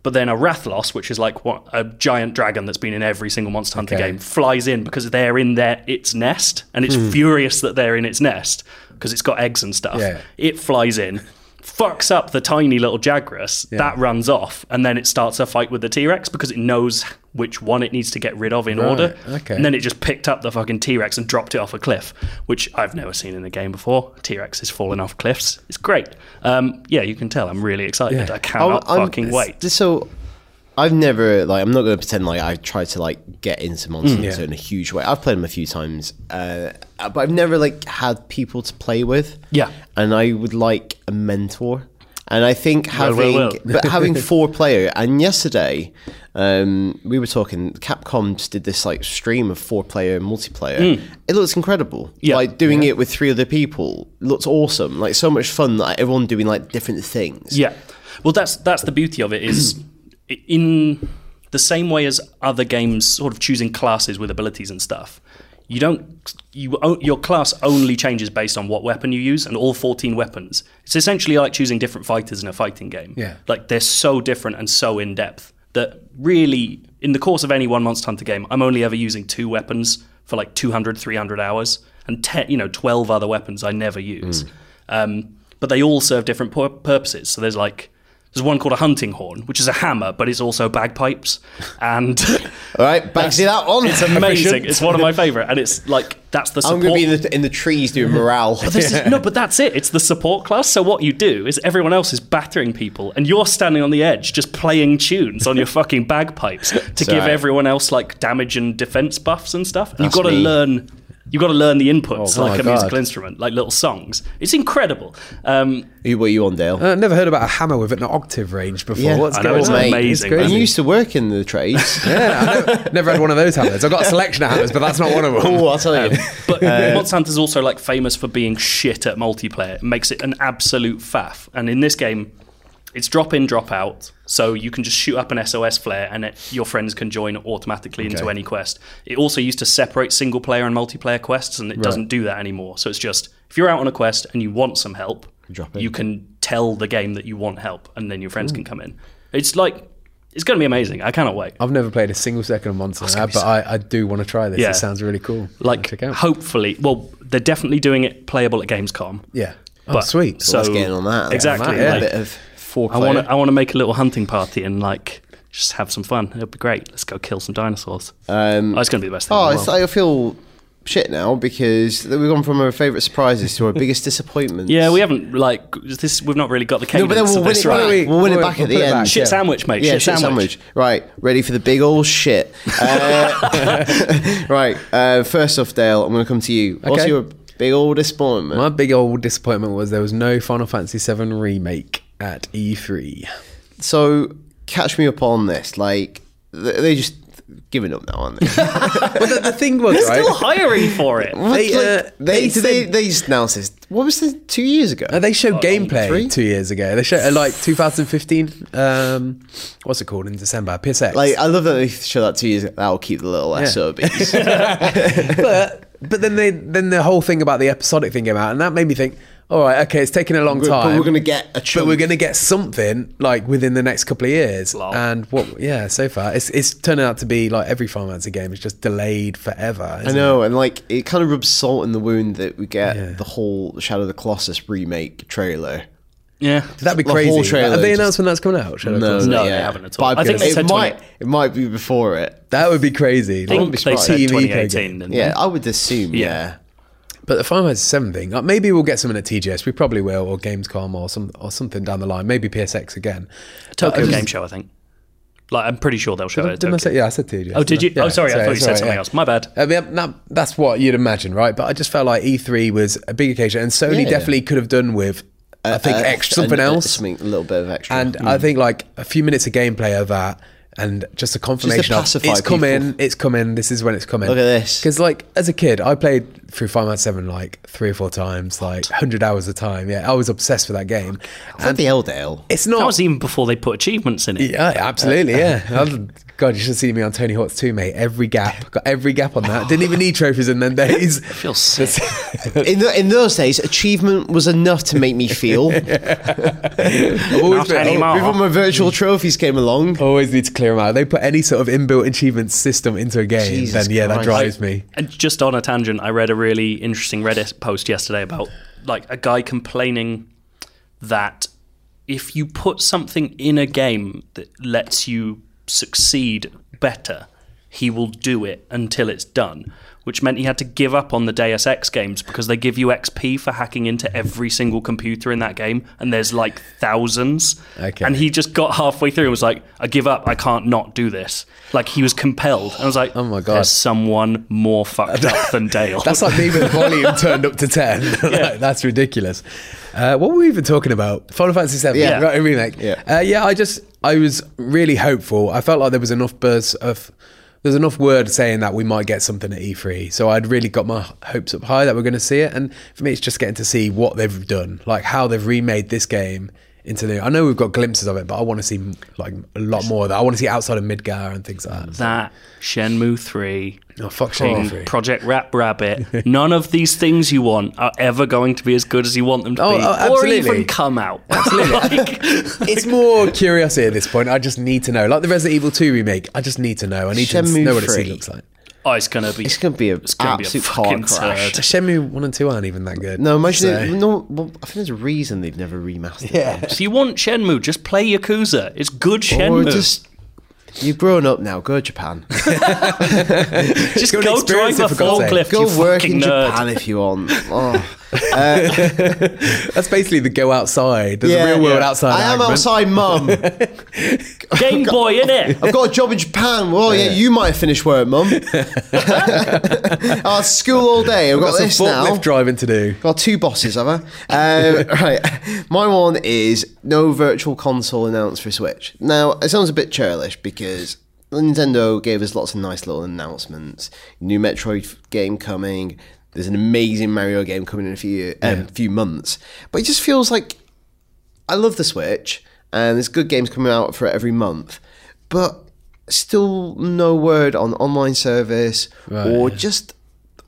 B: But then a Rathlos, which is like what a giant dragon that's been in every single Monster Hunter
C: Okay. Hmm.
B: game, flies in because they're in their its nest, and it's furious that they're in its nest because it's got eggs and stuff.
C: Yeah.
B: It flies in, fucks up the tiny little Jaguarus, that runs off, and then it starts a fight with the T Rex because it knows which one it needs to get rid of in order.
C: okay.
B: And then it just picked up the fucking T Rex and dropped it off a cliff, which I've never seen in a game before. T Rex is falling off cliffs. It's great. Um, yeah, you can tell I'm really excited.
C: Yeah.
B: I cannot
A: I'm-
B: fucking
A: s-
B: wait.
A: So I've never like I'm not going to pretend like I tried to like get into Monster
B: Mm,
A: Hunter
C: Yeah.
A: in a huge way. I've played them a few times, uh, but I've never like had people to play with.
B: Yeah.
A: and I would like a mentor. And I think
B: Well,
A: having
B: well, well.
A: *laughs* but
B: *laughs*
A: having four player and yesterday um, we were talking Capcom just did this like stream of four player multiplayer. It looks incredible.
B: Mm. Yeah.
A: Like doing it with three other people looks awesome. Like so much fun like everyone doing like different things.
B: Yeah. Well, that's that's the beauty of it is *clears throat* in the same way as other games sort of choosing classes with abilities and stuff. You don't you o- your class only changes based on what weapon you use and all 14 weapons. It's essentially like choosing different fighters in a fighting game.
C: Yeah.
B: Like they're so different and so in depth that really in the course of any one Monster Hunter game, I'm only ever using two weapons for like 200 300 hours and 10, you know 12
A: Mm.
B: other weapons I never use. Um, but they all serve different pur- purposes. So there's like There's one called a hunting horn, which is a hammer, but it's also bagpipes.
A: *laughs*
B: And
A: All right, back it out on.
B: *laughs* it's amazing. It's one of
A: *laughs*
B: my favorite, and it's like that's the
A: I'm
B: support.
A: going to be in the, in the trees
B: *laughs*
A: doing morale.
B: But Oh,
A: *laughs*
B: this is, no, but that's it. It's the support class. So what you do is everyone else is battering people, and you're standing on the edge just playing
A: *laughs*
B: tunes on your fucking bagpipes to give
A: right.
B: everyone else like damage and defense buffs and stuff. And you've
A: That's
B: got to
A: me.
B: learn. You've got to learn the inputs
A: Oh my
B: like a
A: God.
B: musical instrument, like little songs. It's incredible. Um,
A: Who were you on, Dale?
C: I've Uh, never heard about a hammer with an octave range before.
A: Yeah.
C: What's
A: I
B: know,
C: going
B: it's
C: on?
B: amazing,
C: It's
B: man.
A: And you
C: crazy.
A: used to work in the trades.
B: *laughs*
A: *laughs*
C: Yeah, I know- never had one of those hammers. I've got a selection of hammers, but that's not one of them.
A: *laughs* Oh, I'll tell you.
B: but Mod Santa's also like famous for being shit at multiplayer. It makes it an absolute faff. And in this game, it's drop in, drop out. So you can just shoot up an SOS flare, and it, your friends can join automatically into any quest. It also used to separate single player and multiplayer quests, and it doesn't do that anymore. So it's just if you're out on a quest and you want some help,
A: Drop in.
B: you can tell the game that you want help, and then your friends can come in. It's like it's going to be amazing. I cannot wait.
C: I've never played a single second of Monster, Lab, but I, I do want to try this.
B: Yeah.
C: It sounds really cool.
B: Like
C: check out.
B: hopefully, well, they're definitely doing it playable at Gamescom.
C: Yeah. Oh,
B: But-
C: sweet.
B: so-
A: Let's get in on that.
B: Exactly,
A: Yeah,
B: like-
A: a bit of four
B: I want to. I want to make a little hunting party and like just have some fun. It'll be great. Let's go kill some dinosaurs.
A: Um,
B: oh, it's going to be the best thing.
A: oh,
B: in the
A: it's
B: world.
A: like I feel shit now because we've gone from our favourite surprises
B: *laughs*
A: to our biggest disappointments.
B: yeah, we haven't like this. We've not really got the
A: No,
B: cadence
A: but then we'll
B: of
A: win
B: this
A: it
B: right.
A: back. We'll win it
C: We'll-
A: back at
C: we'll
A: the
C: put it
A: end.
C: back,
B: Shit sandwich, mate.
A: Yeah,
B: shit, sandwich.
A: Right, ready for the big old
B: *laughs*
A: shit. Uh, *laughs* right, uh, first off, Dale, I'm going to come to you. What's
C: Okay.
A: your big old disappointment?
C: My big old disappointment was there was no Final Fantasy VII remake at E E3.
A: So, catch me up on this. Like, th- they just giving up now, aren't they?
C: but the, the thing was, right?
B: Still hiring
A: *laughs*
B: for it.
A: They,
C: They, uh,
A: like, they,
C: they
A: they, they just announced this. What was this two years ago?
C: Uh, they showed
B: Oh, E
C: gameplay
A: three?
C: two years ago. They showed uh, like 2015. Um, what's it called in December? PSX.
A: like, I love that they show that two years ago. That'll keep the little SOBs.
C: but but then they then the whole thing about the episodic thing came out, and that made me think. All right, okay, it's taken a long
A: But
C: time.
A: we're going to get a chunk.
C: but we're going to get something like within the next couple of years.
B: Lol.
C: And what? Yeah, so far it's it's turning out to be like every Final Fantasy game is just delayed forever.
A: I
C: isn't
A: know, and like it kind of rubs salt in the wound that we get
C: Yeah.
A: the whole Shadow of the Colossus remake trailer.
B: Yeah.
C: it? That'd be
A: the whole
C: crazy.
A: trailer
C: Have they
A: just-
C: announced when that's coming out? Shadow of
A: No,
C: Colossus?
B: No,
A: not
B: they
A: yet.
B: haven't at
A: But
B: all.
A: I'm
B: I think
A: gonna-
B: they said
A: it
B: 20
A: might it might be before it.
C: that would be crazy.
B: I
C: Like,
B: think they said
C: TV
B: 2018. didn't they?
A: Yeah, I would assume. Yeah,
C: But the Final Fantasy Seven thing, uh, maybe we'll get something at TGS. We probably will, or Gamescom, or some or something down the line. Maybe PSX again.
B: Tokyo
C: But I just-
B: Game Show. I think. Like I'm pretty sure they'll show it. at
C: Didn't I
B: Tokyo.
C: say? Yeah, I said TGS.
B: Oh, did you?
C: Yeah,
B: oh, sorry. I thought you said
C: sorry,
B: something
C: yeah.
B: else. My bad.
C: I mean, that, that's what you'd imagine, right? But I just felt like E3 was a big occasion, and Sony
A: Yeah.
C: definitely could have done with, I think,
A: Uh,
C: extra
A: and-
C: something
A: uh, Hmm.
C: else.
A: something a little bit of extra.
C: And I think like a few minutes of gameplay of that, and just a confirmation of
A: pacify
C: it's
A: people.
C: coming, it's coming. This is when it's coming.
A: Look at this.
C: Because like as a kid, I played through Final Fantasy Seven like three or four times, like hundred hours a time. Yeah, I was obsessed with that game.
A: and the Eldale.
C: It's
B: That
C: not
B: was even before they put achievements in it.
C: *laughs* yeah, absolutely.
A: Uh,
C: Yeah. I'd- God, you should have seen me on Tony Hawk's 2, mate. Every gap. Got every gap on that. Didn't even need trophies in them days.
B: Feel sick.
A: *laughs* In, the, in those days, achievement was enough to make me feel. Before
C: I've always,
B: Not anymore.
A: my
C: Mm.
A: virtual trophies came along,
C: always need to clear them out. They put any sort of inbuilt achievement system into a game,
A: Jesus
C: then yeah, that
A: Christ.
C: drives me.
B: And just on a tangent, I read a really interesting Reddit post yesterday about like a guy complaining that if you put something in a game that lets you succeed better, he will do it until it's done. Which meant he had to give up on the Deus Ex games because they give you XP for hacking into every single computer in that game, and there's like thousands.
C: Okay.
B: And he just got halfway through and was like, "I give up. I can't not do this." Like he was compelled. And I was like,
C: Oh my God.
B: "There's someone more fucked up
C: *laughs*
B: than Dale.
C: That's like me with the volume turned up to 10. *laughs* Like, that's ridiculous. Uh, what were we even talking about? Final Fantasy 7,
B: Yeah.
C: right, a remake.
A: Yeah.
C: Uh, yeah, I just, I was really hopeful. I felt like there was enough buzz of, there's enough word saying that we might get something at E3. So I'd really got my hopes up high that we're going to see it. And for me, it's just getting to see what they've done, like how they've remade this game into new. I know we've got glimpses of it, but I want to see like a lot more of that. I want to see outside of Midgar and things like that.
B: that Shenmue 3,
C: Oh, fuck Shenmue
B: fucking
C: 3.
B: Project Rap Rabbit.
C: *laughs*
B: None of these things you want are ever going to be as good as you want them to
C: Oh,
B: be,
C: oh, absolutely.
B: or even come out. *laughs* Like-
C: It's more curiosity at this point. I just need to know. Like the Resident Evil 2 remake, I just need to know. I need to
A: Shenmue
C: know what it
A: 3.
C: looks like.
B: Oh, it's gonna be.
A: It's going to be an
B: It's gonna be a
A: absolute car
B: fucking
A: crash.
B: turd.
C: Shenmue 1 and 2 aren't even that good.
A: No, imagine
C: so-
A: it, no. Well, I think there's a reason they've never remastered.
C: Yeah.
B: *laughs* If you want Shenmue, just play Yakuza. It's good
C: Oh,
A: them. Or
B: Shenmue. just *laughs*
A: just you've grown up now. Go to
C: *laughs*
A: Japan.
C: go
B: go,
C: and
B: drive
C: experience
B: a
C: it, for God's sake.
B: forklift.
A: Go
B: you
A: work
B: fucking
A: in
B: nerd.
C: *laughs*
A: Japan if you want. Oh.
C: That's basically the go outside. There's a real world outside.
A: I am
C: argument.
A: outside,
C: *laughs*
A: mum.
B: Game Boy, innit?
A: I've got a job in Japan. Well, yeah, you might finish work,
C: *laughs*
A: mum. *laughs* I was school all day. I've got,
C: Got some
A: this now.
C: forklift driving to do.
A: Got two bosses, have I? Um, right. My one is no virtual console announced for Switch. Now, it sounds a bit churlish because Nintendo gave us lots of nice little announcements. New Metroid game coming. There's an amazing Mario game coming in a few um, few months. But it just feels like I love the Switch, and there's good games coming out for it every month, but still no word on online service or just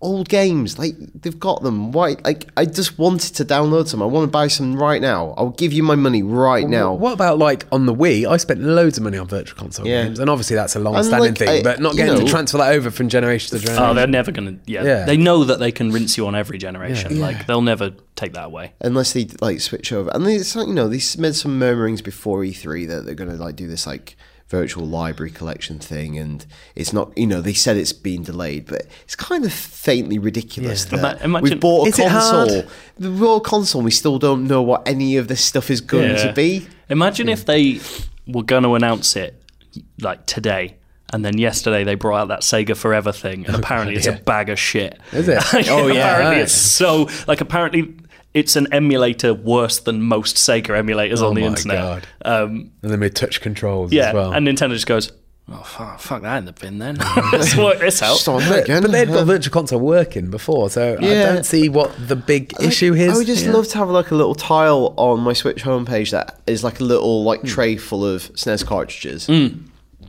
A: old games. Like they've got them. Why? Like I just wanted to download some. I want to buy some right now. I'll give you my money right now.
C: What about like on the Wii? I spent loads of money on virtual console
A: Yeah.
C: games, and obviously that's a long-standing
A: like,
C: thing.
A: I-
C: but not
A: you
C: getting
A: know- Uh,
C: to transfer that over from generation to generation.
B: Oh, they're never gonna. Yeah.
C: Yeah.
B: they know that they can rinse you on every generation.
C: Yeah.
B: Like they'll never take that away.
A: unless they like switch over. And they, so- you know, they made some murmurings before E3 that they're going to like do this like virtual library collection thing, and it's not. You know, they said it's been delayed, but it's kind of faintly ridiculous
B: Yeah.
A: that
B: Ima- imagine-
A: we've bought a
C: Is it hard?
A: console, the raw console, and we still don't know what any of this stuff is going
B: Yeah.
A: to be.
B: Imagine if they were going to announce it like today, and then yesterday they brought out that Sega Forever thing,
C: *laughs*
B: and apparently it's
C: Oh, yeah.
B: a bag of shit. *laughs*
C: Is it?
A: *laughs*
C: Oh, yeah,
B: apparently
C: right.
B: it's so like apparently it's an emulator worse than most Sega emulators on the
C: Oh my
B: internet.
C: God.
B: Um,
C: and then with touch controls
B: yeah,
C: as well.
B: and Nintendo just goes, "Oh fuck, fuck that in the bin
C: *laughs*
B: then." *laughs* Let's work this out.
A: Start
C: Oh, but,
A: again.
C: but they'd
A: Uh,
C: got virtual console working before, so I
A: Yeah.
C: don't see what the big issue
A: Like,
C: is.
A: I would just love to have like a little tile on my Switch homepage that is like a little like
B: Hmm.
A: tray full of SNES cartridges.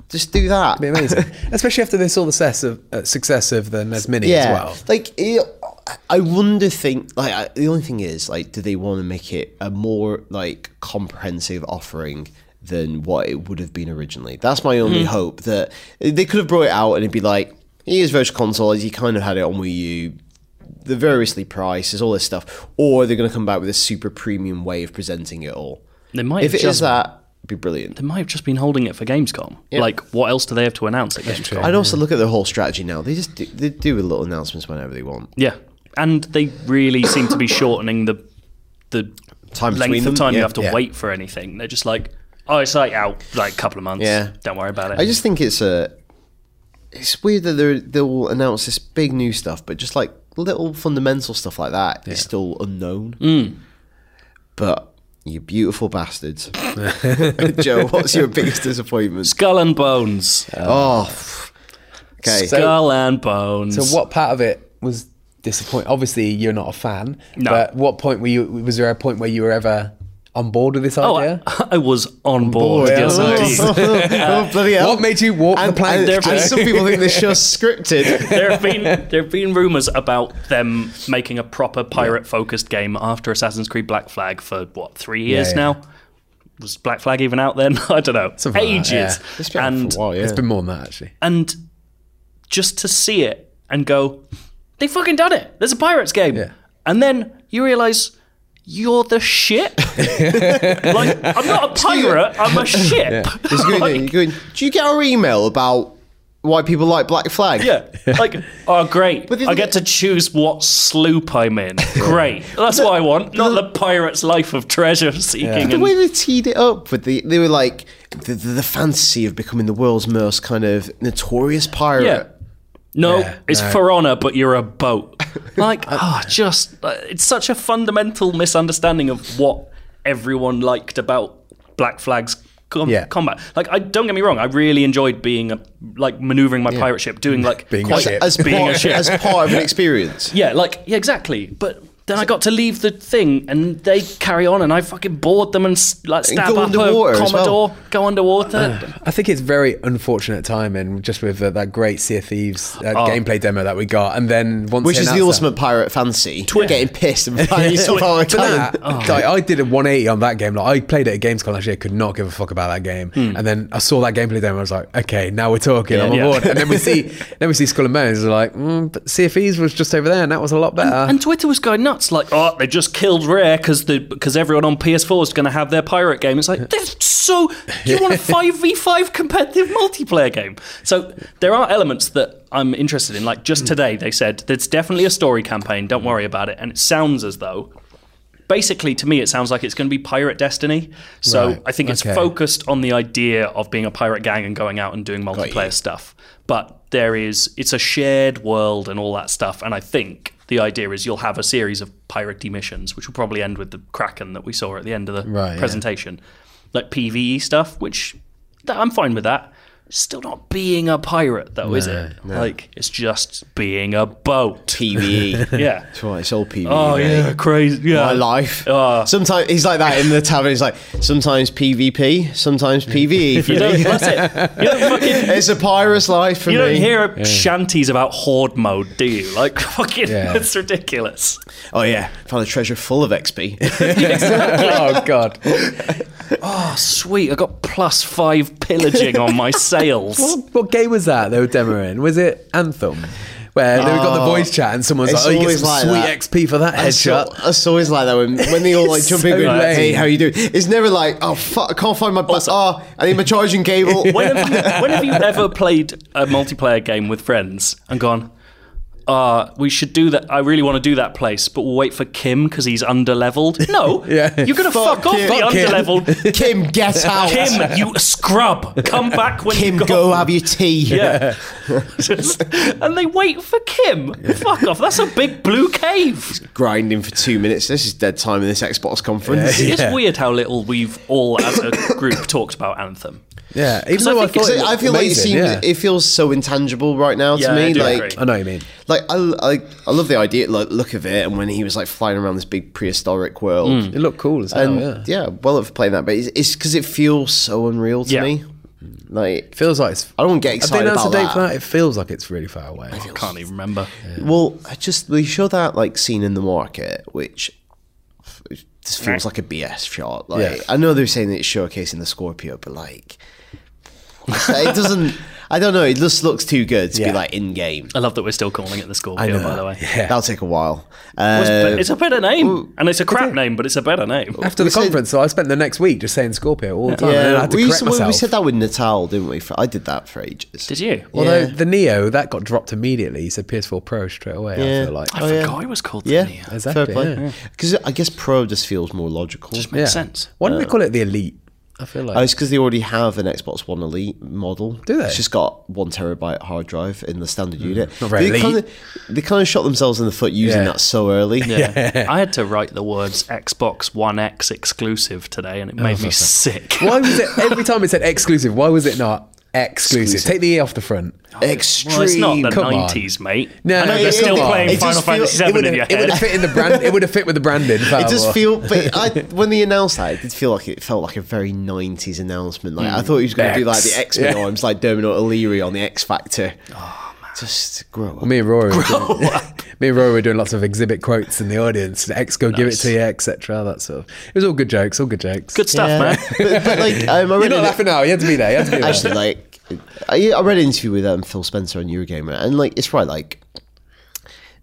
A: Just do that.
C: It'd be *laughs* amazing, especially after they saw the success of, uh, success of the NES Mini as well.
A: Like, it, I wonder. Think like I, the only thing is like, do they want to make it a more like comprehensive offering? Than what it would have been originally. That's my only hope that they could have brought it out and it'd be like, here's Virtual Console, as you kind of had it on Wii U, they're variously priced, there's all this stuff, or they're going to come back with a super premium way of presenting it all.
B: They might
A: if
B: have
A: it is
B: just-
A: that, it'd be brilliant.
B: They might have just been holding it for Gamescom. Like, what else do they have to announce at Gamescom?
A: I'd also look at their whole strategy now. They just do, they do little announcements whenever they want.
B: Yeah, and they really seem to be shortening the the
A: Time
B: length
A: between
B: of
A: them,
B: time you
A: yeah.
B: have to
C: Yeah.
B: wait for anything. They're just like, oh, it's like out like a couple of months.
A: Yeah.
B: don't worry about it.
A: I just think it's a. It's weird that they they'll announce this big new stuff, but just like little fundamental stuff like that is still unknown.
C: Mm.
A: But you beautiful
C: *laughs*
A: bastards, *laughs* Joe. What's your biggest disappointment?
B: Skull and bones.
A: Oh, pff. okay.
C: Uh, So-
B: Skull and bones.
C: So, what part of it was disappointing? Obviously, you're not a fan.
B: No.
C: But what point were you? Was there a point where you were ever on board with this
B: Oh,
C: idea?
B: *laughs* I, I was on board.
C: board, yeah.
B: yes,
C: Oh.
B: indeed.
A: *laughs* oh, bloody hell!
C: what made you walk the
A: And,
C: plank?
A: and,
C: Joe? *laughs*
A: and some people think this show's scripted.
B: *laughs* there have been there have been rumors about them making a proper pirate focused game after Assassin's Creed Black Flag for what three years
C: yeah.
B: now. Was Black Flag even out then? *laughs* I don't know.
C: Something like
B: Ages.
C: that, yeah.
A: It's been out
B: and
A: for a while, yeah.
C: It's been more than that actually.
B: and just to see it and go, they fucking done it. There's a pirates game,
C: Yeah.
B: and then you realize you're
A: *laughs*
B: the ship. like I'm not a pirate, I'm a ship.
A: It's good, isn't it? You're going, do you get our email about why people like Black Flag?
B: *laughs* Yeah, like oh great,
A: But isn't
B: I get
A: it-
B: to choose what sloop
A: *laughs*
B: I'm in. Great, that's what I want, not the pirate's life of treasure seeking.
A: The
B: and
A: way they teed it up with the, they were like the, the, the fantasy of becoming the world's most kind of notorious pirate.
B: Yeah. No,
C: Yeah,
B: it's
C: no.
B: for honor, but you're a boat. Like, ah, just uh, it's such a fundamental misunderstanding of what everyone liked about Black Flag's com-
C: Yeah.
B: combat. Like, I don't get me wrong, I really enjoyed being a like maneuvering my pirate ship, doing like
C: Being a
B: quite-
C: ship.
A: As
B: being
A: part,
B: a ship. *laughs*
A: as part of an experience.
B: yeah, like yeah, exactly. But Then I got to leave the thing, and they carry on, and I fucking board them and s- like
A: And
B: stab
A: go
B: up
A: underwater
B: a
A: as well.
B: Commodore, go underwater.
C: I think it's very unfortunate timing, just with uh, that great Sea of Thieves uh,
B: Oh.
C: gameplay demo that we got, and then once
A: Which
C: they
A: is the
C: announced that-
A: ultimate pirate fancy. Getting pissed and
B: *laughs*
A: finding yourself out of a
C: But
A: cannon.
C: that, like, I did a 180 on that game. Like I played it at Gamescom last year, could not give a fuck about that game.
A: Hmm.
C: And then I saw that gameplay demo. I was like, okay, now we're talking. I'm on
B: Yeah.
C: board. And then we see,
A: *laughs*
C: then we see Skull and Bones. We're like, mm, but CFEs was just over there, and that was a lot better.
A: *laughs*
B: And Twitter was going nuts, like, oh, they just killed Rare because because everyone on PS4 is going to have their pirate game. It's like, they're so. Do *laughs* you want a 5v5 competitive multiplayer game? So there are elements that I'm interested in. Like, just today, they said, there's definitely a story campaign, don't worry about it. And it sounds as though. Basically, to me, it sounds like it's going to be Pirate Destiny. So
C: Right,
B: I think it's
C: okay.
B: focused on the idea of being a pirate gang and going out and doing multiplayer stuff. But there is it's a shared world and all that stuff. And I think the idea is you'll have a series of piratey missions, which will probably end with the Kraken that we saw at the end of the
C: Right, yeah.
B: presentation, like PVE stuff. Which th- I'm fine with that. Still not being a pirate though, is it? Like it's just being
A: *laughs*
B: a boat.
A: PVE.
B: *laughs* Yeah.
A: That's right, it's all PVE.
B: Oh
A: really.
B: yeah, crazy. Yeah,
A: E. my life.
B: Oh.
A: sometimes he's like that in the tavern. He's like sometimes PvP, sometimes PvE. For
B: You
A: me.
B: don't, that's it. You don't fucking
A: *laughs* It's a pirate's life for
B: You
A: me.
B: don't hear shanties about horde mode, do you? Like, *laughs* fucking,
C: Yeah.
B: it's ridiculous.
A: oh yeah, found a treasure full of XP.
C: *laughs* oh god,
B: Oh, sweet. I got plus five pillaging on *laughs* my sales.
C: what, what game was that they were demoing? Was it Anthem? Where they got the voice chat and someone's
A: It's
C: like, "Oh, you get
A: always
C: some
A: like
C: sweet
A: that.
C: XP for that
A: That's
C: headshot."
A: al- That's always like that when, when they all
B: *laughs*
A: like jump in.
C: So
A: and go,
C: lame.
A: hey, how you doing? It's never like oh fuck, I can't find my bus. Oh, I need my charging cable.
B: *laughs* When have, you, when have you ever played a multiplayer game with friends and gone, uh, we should do that. I really want to do that place, but we'll wait for Kim because he's underleveled.
A: *laughs*
B: No,
C: Yeah.
B: you're going to
A: Fuck
B: fuck, off
A: Kim.
B: the
A: Fuck *laughs*
C: Kim.
B: underleveled.
A: Kim, get out.
B: Kim, you scrub. Come back when
A: Kim,
B: you
A: go have your tea.
B: Yeah. *laughs* Just- and they wait for Kim. Fuck off. That's a big blue cave.
A: Grinding for two minutes. This is dead time in this Xbox *laughs* conference.
B: It's weird how little we've all as a group talked about Anthem.
C: yeah, even
B: I
C: though I,
B: think
C: thought
B: it's-
C: it
A: I
C: looked
A: feel
C: amazing,
A: like it
C: yeah.
A: seems it feels so intangible right now to
B: Yeah, I
A: me.
B: do
A: like
B: agree.
C: I know what you mean.
A: Like I, I, I love the idea, like look of it, and when he was like flying around this big prehistoric world,
B: Mm.
C: It looked cool as hell.
A: and
B: Oh,
C: yeah.
A: yeah. well up for playing that, but it's because it feels so unreal to
B: Yeah.
A: me. Like
C: Feels like it's.
A: I don't get
C: Have they
A: excited
C: announced
A: about
C: a date
A: that.
C: for It feels like it's really far away.
B: I can't even remember.
A: well, I just they show that like scene in the market, which f- just feels like a BS shot. Like
C: Yeah.
A: I know they're saying that it's showcasing the Scorpio, but like it doesn't. I don't know. It just looks too good to be
C: Yeah.
A: like in game.
B: I love that we're still calling it the Scorpio, by the way.
A: That'll take a while.
B: It's
A: Uh,
B: be- it's a better name, and it's a crap name, but it's a better name.
C: After
A: We
C: the
A: said-
C: conference, so I spent the next week just saying Scorpio all the time. and then I
A: Yeah,
C: had to
A: we,
C: correct
A: used to- we- we
C: myself.
A: said that with Natal, didn't we? For- I did that for ages.
B: Did you?
C: Although
A: Yeah.
C: the Neo that got dropped immediately, so PS4 Pro straight away.
A: Yeah.
C: I feel like
B: I
A: Oh, yeah.
B: forgot it was called
A: Yeah,
B: Linear. It
C: Exactly, yeah.
A: Because I guess Pro just feels more logical.
B: just
C: Yeah.
B: makes sense. Uh,
C: Why don't they call it the Elite? I feel like
A: Oh, it's because they already have an Xbox One Elite model.
C: Do they? Hmm.
A: It's just got one terabyte hard drive in the standard unit.
C: not very
A: they
C: elite.
A: Kind of, they kind of shot themselves in the foot using
C: Yeah.
A: that so early.
B: Yeah. I had to write the words Xbox One X exclusive today, and it
C: Oh.
B: made me sick.
C: why was it every time it said exclusive? Why was it not exclusive?
A: Exclusive.
C: Take the E off the front.
A: Extreme.
B: *laughs* Well, it's not the
C: Come on.
B: 90s, mate.
C: No,
B: I know
C: no,
B: they're
C: it-
B: still
C: come on.
B: playing
C: It
B: Final
A: just feels-
B: Fantasy
A: it
B: VII
C: would've-
B: in your
C: it would have
B: head.
C: fit in the brand. It would have fit with the branding.
A: It does feel,
C: *laughs*
A: but I, when they announced that, it did feel like it felt like a very '90s announcement. Like
C: Hmm.
A: I thought he was going to do like the X
C: X.
A: Men arms, like Dermot O'Leary on the X Factor.
C: Oh,
A: Just grow up.
C: Me and Rory, were *laughs* doing, me and Rory were doing lots of exhibit quotes in the audience. X, go give it to you, etc. That sort of. It was all good jokes. All good jokes.
B: Good stuff,
A: Yeah.
B: man.
A: but, but like, um, I
C: You're
A: read
C: not
A: an,
C: laughing now. You had to be there. You had to be there.
A: actually like, I, I read an interview with um, Phil Spencer on Eurogamer, and like, it's right, like.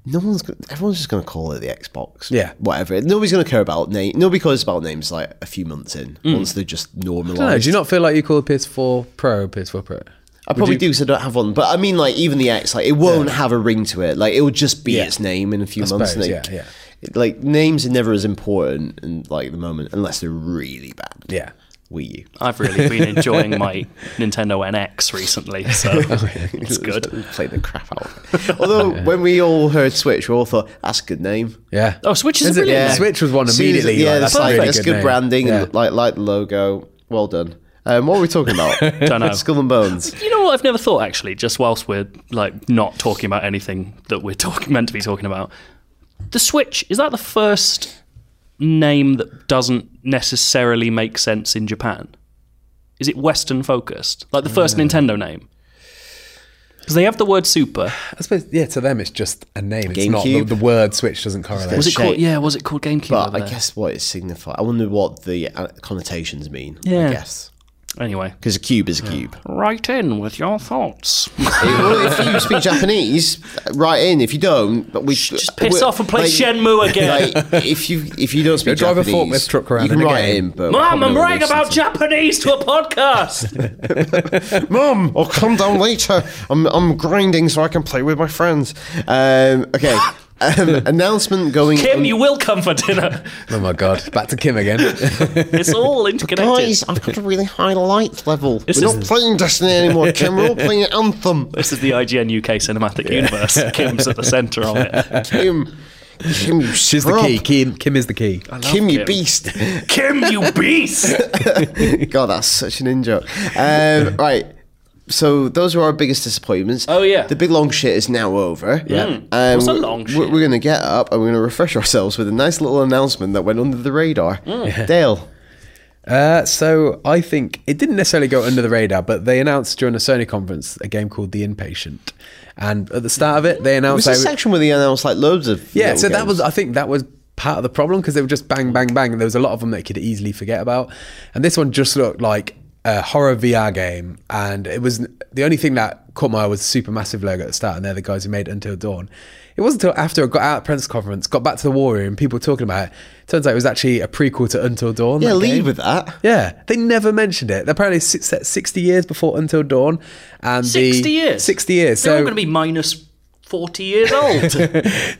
A: No one's. Gonna, everyone's just going to call it the Xbox.
C: Yeah.
A: whatever. Nobody's going to care about name. Nobody cares about names like a few months in. Once they're just
C: Mm. I don't know,
A: normalised.
C: do you not feel like you call the PS4 Pro PS4 Pro?
A: I probably do because I don't have one. But I mean, like even the X, like it won't have a ring to it. Like it will just be
C: Yeah.
A: its name in a few months.
C: suppose,
A: like,
C: yeah, yeah.
A: it- like names are never as important, and like at the moment, unless they're really bad.
C: Yeah.
A: Wii U.
B: I've really been enjoying my *laughs* Nintendo NX recently,
C: *laughs*
B: so it's
A: We
B: good.
A: played the crap out. of it. *laughs* Although when we all heard Switch, we all thought that's a good name.
C: Yeah.
B: Oh, Switch is,
C: Is
B: a
C: it?
B: brilliant.
C: Yeah.
B: name.
C: Switch was one
A: Soon as-
C: immediately,
A: yeah,
C: like,
A: that's,
C: that's a
A: like,
C: really
A: that's
C: good
A: good,
C: name.
A: branding and
C: Yeah.
A: like like the logo. Well done. Um, what are we talking
C: *laughs*
A: about?
B: Don't know.
A: Skull and Bones.
B: You know what I've never *laughs* thought actually, just whilst we're like not talking about anything that we're talking meant to be talking about. the Switch is that the first name that doesn't necessarily make sense in Japan? Is it Western focused, like the
A: Hmm.
B: first Nintendo name? Because they have the word Super.
C: I suppose, yeah, to them it's just a name. It's not the,
A: GameCube?
C: the word Switch doesn't correlate.
B: Was it
A: Shape.
B: called? Yeah, was it called GameCube?
A: But
B: over
A: I
B: there?
A: guess what it signifies. I wonder what the uh, connotations mean.
B: Yeah.
A: I guess
B: Anyway,
A: because a cube is a
C: *sighs*
A: cube.
B: write in with your thoughts.
A: well, if you speak Japanese, write in. If you don't, but we
B: Just piss off and play Shenmue again.
A: Like, if you if you don't speak
C: drive a
A: Japanese,
C: forklift truck around
A: you can
C: in a
A: write
C: game.
A: in. But
B: Mom,
A: probably
B: I'm
A: not
B: writing
A: listen
B: about
A: to-
B: Japanese to a
A: *laughs*
B: podcast.
A: Mum, I'll Oh, come down later. I'm, I'm grinding so I can play with my friends. Um, okay.
B: *laughs*
A: Um, announcement going.
B: Kim,
A: on-
B: you will come for dinner.
C: Oh my god, back to Kim again.
B: It's all interconnected.
A: Guys, I've got a really high light level.
B: This
A: We're
B: is-
A: not playing Destiny anymore, Kim.
B: *laughs*
A: We're all playing Anthem.
B: This is the IGN UK cinematic universe. Kim's at the centre of *laughs* it.
A: Kim, Kim, you
C: *laughs* She's the
A: scrub.
C: key. Kim, Kim is the key.
A: Kim, you
B: Kim.
A: beast.
B: Kim, you beast!
A: *laughs* God, that's such an in joke. Um, right. So those were our biggest disappointments.
B: Oh, yeah.
A: the big long shit is now over. Yeah, um,
B: What's a
A: we-
B: long
A: we-
B: shit?
A: We're going to get up and we're going to refresh ourselves with a nice little announcement that went under the radar. Dale,
C: Uh, so I think it didn't necessarily go under the radar, but they announced during a Sony conference a game called The Inpatient, and at the start of it they
A: was
C: announced
A: there a
C: they-
A: section where they announced like loads of
C: yeah.
A: little
C: So that
A: games?
C: was I think that was part of the problem because they were just bang bang bang, and there was a lot of them that you could easily forget about, and this one just looked like a horror VR game, and it was the only thing that caught my eye was the Supermassive logo at the start, and they're the guys who made Until Dawn. It wasn't until after I got out of press conference, got back to the war room, people were talking about it. Turns out it was actually a prequel to Until Dawn.
A: yeah.
C: that
A: Lead
C: game.
A: with that.
C: Yeah, they never mentioned it. Apparently, it's set 60 years before Until Dawn, and the-
B: 60 years.
C: 60 years.
B: They're all
C: So,
B: going to be minus 40 years old.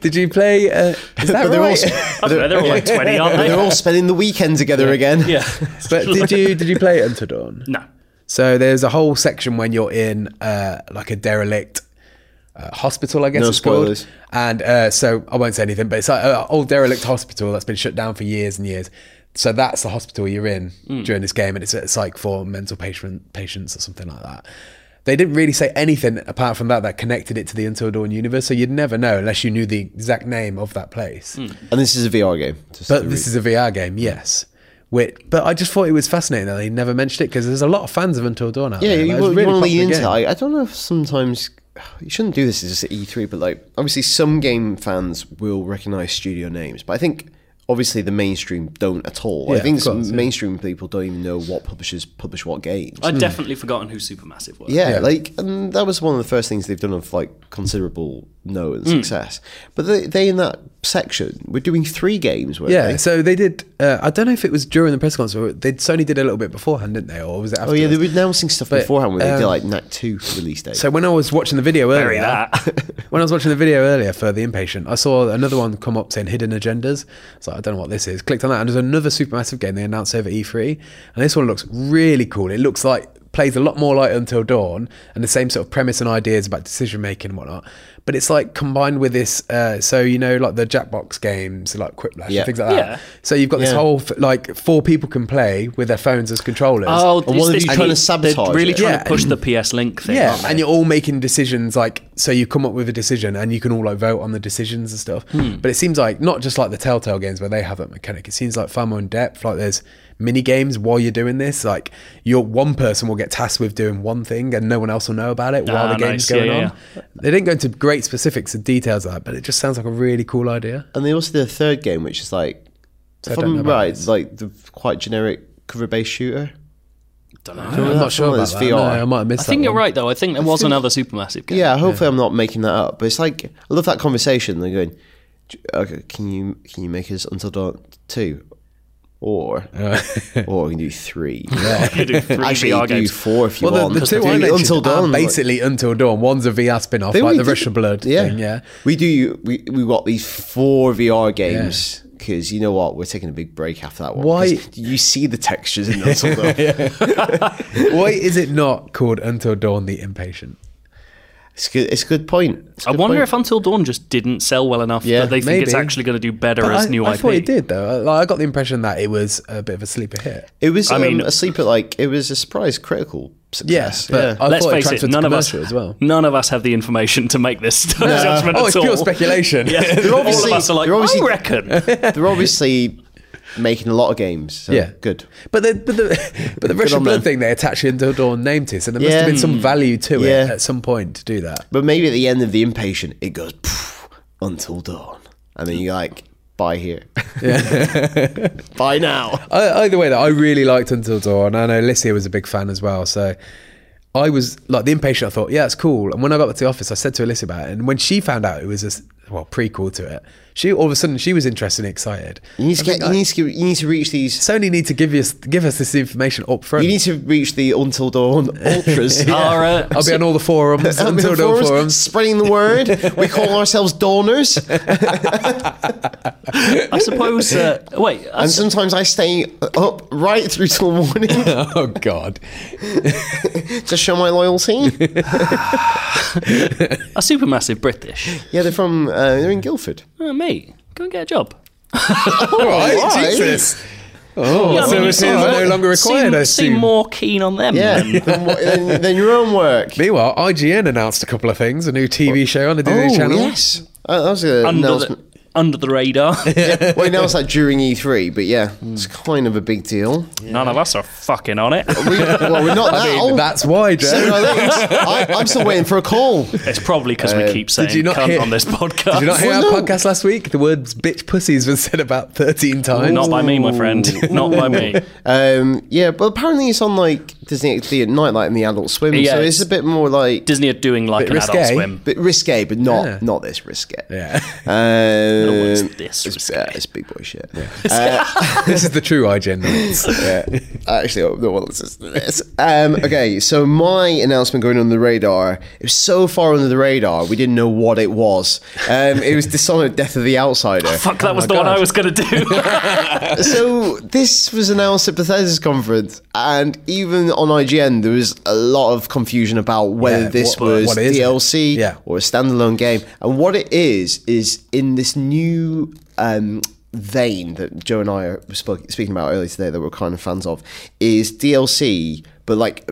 C: did you play? Uh,
B: *laughs*
C: is that
A: But they're
C: right?
A: all-
B: I don't know, they're all like 20, aren't
A: They're
B: they?
A: all spending the weekend together again.
B: Yeah. *laughs*
C: but did you did you play Until Dawn?
B: No.
C: So there's a whole section when you're in uh, like a derelict uh, hospital, I guess
A: No
C: it's called.
A: spoilers.
C: And uh, so I won't say anything, but it's like an old derelict hospital that's been shut down for years and years. So that's the hospital you're in during this game, and it's, it's like for mental patient patients or something like that. They didn't really say anything apart from that that connected it to the Until Dawn universe, so you'd never know unless you knew the exact name of that place.
A: And this is a VR game. Just to
C: But this is a VR game, yes. Which, but I just thought it was fascinating that they never mentioned it because there's a lot of fans of Until Dawn out
A: Yeah,
C: there.
A: you,
C: Like, it's
A: wa-
C: a
A: you
C: really
A: want to lean
C: popular
A: into.
C: game.
A: I, I don't know if sometimes you shouldn't do this just at E3, but like obviously some game fans will recognize studio names, but I think obviously the mainstream don't at all. I
C: Yeah,
A: think
C: of
A: some
C: course, yeah.
A: mainstream people don't even know what publishers publish what games.
B: I'd definitely forgotten who Supermassive was.
A: yeah,
C: yeah.
A: like and that was one of the first things they've done of like considerable no
C: Hmm.
A: and success. But they, they in that section were doing three games, weren't
C: Yeah,
A: they?
C: so they did. Uh, I don't know if it was during the press conference. But they Sony did a little bit beforehand, didn't they? Or was it after?
A: Oh yeah, they were announcing stuff
C: But,
A: beforehand where they did
C: um,
A: like Knack Two release date.
C: So when I was watching the video earlier,
B: Bury that.
C: *laughs* when I was watching the video earlier for the impatient, I saw another one come up saying hidden agendas. So I don't know what this is. Clicked on that, and there's another supermassive game they announced over E3, and this one looks really cool. It looks like plays a lot more like Until Dawn, and the same sort of premise and ideas about decision making and whatnot. But it's like combined with this, uh, so you know, like the Jackbox games, like Quiplash
A: Yeah.
C: and things like that.
B: Yeah.
C: So you've got this
A: Yeah.
C: whole f- like four people can play with their phones as controllers.
B: Oh,
A: And one of
B: it's
A: you
B: this-
A: trying to
B: they're
A: sabotage
B: really
A: it.
B: trying
C: Yeah.
B: to push the PS Link thing.
C: Yeah,
B: aren't they?
C: and you're all making decisions like so you come up with a decision and you can all like vote on the decisions and stuff. But it seems like not just like the Telltale games where they have that mechanic. It seems like far more in depth. Like there's mini games while you're doing this. Like your one person will get tasked with doing one thing and no one else will know about it while
B: Ah,
C: the game's
B: nice.
C: going
B: Yeah, yeah,
C: on. They didn't go into great specifics and details of that, but it just sounds like a really cool idea.
A: And they also did a third game, which is like,
C: I
A: if
C: don't know
A: I'm
C: about
A: right, it's like the quite generic cover-based shooter.
B: Don't know.
C: I'm not sure
A: one
C: about
A: that's
C: that.
A: VR.
C: No, I might have missed
B: I think
C: that
B: you're
C: one.
B: right, though. I think there was another Supermassive *laughs* game.
A: Yeah, hopefully I'm not making that up. But it's like I love that conversation. They're going, "J- okay, can you can you make us Until Dawn two,
C: *laughs*
A: or or we can do three.
B: You do three
A: Actually, you
B: VR
A: do
B: games.
A: four if you
C: Well,
A: want.
C: the, the two
A: Do
C: I mentioned
A: Until Dawn,
C: are
A: like-
C: basically Until Dawn. One's a VR spin-off,
A: They
C: like
A: really
C: the
A: did-
C: Russian Blood thing, yeah.
A: we do. We we got these four VR games because you know what? We're taking a big break after that one.
C: Why-
A: 'cause You see the textures in Until
C: *laughs*
A: Dawn.
C: Why is it not called Until Dawn the Impatient?
A: It's a good, it's a good point. It's a
B: I
A: good
B: wonder
A: point.
B: if Until Dawn just didn't sell well enough
A: Yeah,
B: that they think it's
C: maybe.
B: actually going to do better
C: But
B: as
C: I,
B: new
C: I
B: IP.
C: thought it did though. Like, I got the impression that it was a bit of a sleeper hit.
A: it was.
B: I
A: um,
B: mean-
A: asleep at like it was a surprise critical success.
C: Yes, but I
B: Let's
C: thought
B: face
C: it,
B: it, none of us *laughs*
C: as well.
B: none of us have the information to make this *laughs* judgment
C: Oh,
B: at
C: it's
B: all.
C: pure
B: *laughs*
C: speculation. *laughs*
B: Yeah. All of
A: obviously-
B: us are like,
A: they're obviously-
B: I reckon.
A: yeah. they're obviously making a lot of games. So
C: Yeah.
A: good.
C: But the but the, but the Russian
A: on
C: blood
A: them.
C: thing they attached the Until Dawn name to, so there must
A: Yeah.
C: have been some value to it
A: Yeah.
C: at some point to do that.
A: But maybe at the end of the impatient, it goes "Phew, until dawn, and then you're like, buy here, *laughs* buy now.
C: I, either way, though, I really liked Until Dawn. I know Lissia was a big fan as well, so I was like the impatient. I thought, yeah, it's cool. And when I got to the office, I said to Alyssa about it, and when she found out it was a s- well prequel to it, she all of a sudden she was interested and excited.
A: You need to get, you need to, get- you need to reach these.
C: Sony need to give us give us this information up front.
A: You need to reach the until
B: *laughs*
A: dawn ultras.
B: Are, uh,
C: I'll be on all the forums
A: Out in the
C: until Dawn
A: forums,
C: forums.
A: spreading the word. We
B: *laughs*
A: call ourselves dawners,
B: I suppose. Uh, wait, I
A: and sometimes I stay up right through till morning
C: *laughs* Oh God!
A: to show my loyalty.
B: a supermassive British.
A: Yeah, they're from. Uh, they're in Guildford.
B: Oh, mate, go and get a job.
C: All
A: right.
C: right, Jesus. Oh,
B: Yeah, I mean, you
C: services
B: seem-
C: are no longer required.
B: Seem,
C: I
B: seem
C: assume.
B: more keen on them.
A: Yeah,
C: *laughs*
B: than-
A: than, wha- than, than your own work.
C: Meanwhile, IGN announced a couple of things: a new TV show on the Disney Channel.
A: Oh, yes, Uh, that was a
B: under the, *laughs*
A: announcement.
B: under the
C: *laughs*
B: radar.
A: well, he announced that during E3, but yeah, it's kind of a big deal.
B: None of us are fucking on it.
A: We, well, we're not that old.
C: That's why, Joe.
A: Seven or eight. I, I'm still waiting for a call.
B: It's probably because we keep saying
C: Uh, you not
B: cunt
C: hear-
B: on this podcast.
C: Did you not hear
A: *laughs* Well,
C: our
A: no.
C: podcast last week? The words "bitch pussies" was said about thirteen
B: *laughs*
C: times.
B: Not by me, my friend.
C: Oh.
B: not by
C: *laughs*
B: me.
A: Um, yeah, but apparently it's on like Disney XD at night, like in the Adult Swim.
B: Yeah,
A: so
B: it's-
A: it's a bit more like
B: Disney are doing like an
C: Bit
B: adult
C: risque.
B: swim.
A: bit risque, but not
C: Yeah.
A: not this risque.
C: Yeah.
B: *laughs*
A: Um,
B: one's this
A: it's,
B: risque.
A: uh, it's big boy shit. Uh,
C: this is the
A: *laughs*
C: true IGN. notes.
A: Yeah. Actually, oh, no one listens to this. Um, okay, so my announcement going under the radar, it was so far under the radar, we didn't know what it was. Um, it was Dishonored Death of the Outsider.
B: Fuck, that was
C: Oh
B: the
C: my
B: one
C: God.
B: I was going to
C: *laughs*
B: do.
A: so this was announced at Bethesda's conference, and even on IGN, there was a lot of confusion about whether
C: Yeah,
A: this
C: what-
A: was
C: what is it?
A: DLC
C: Yeah.
A: or a standalone game. And what it is is in this new um, vein that Joe and I were spoke, speaking about earlier today that we're kind of fans of is DLC, but like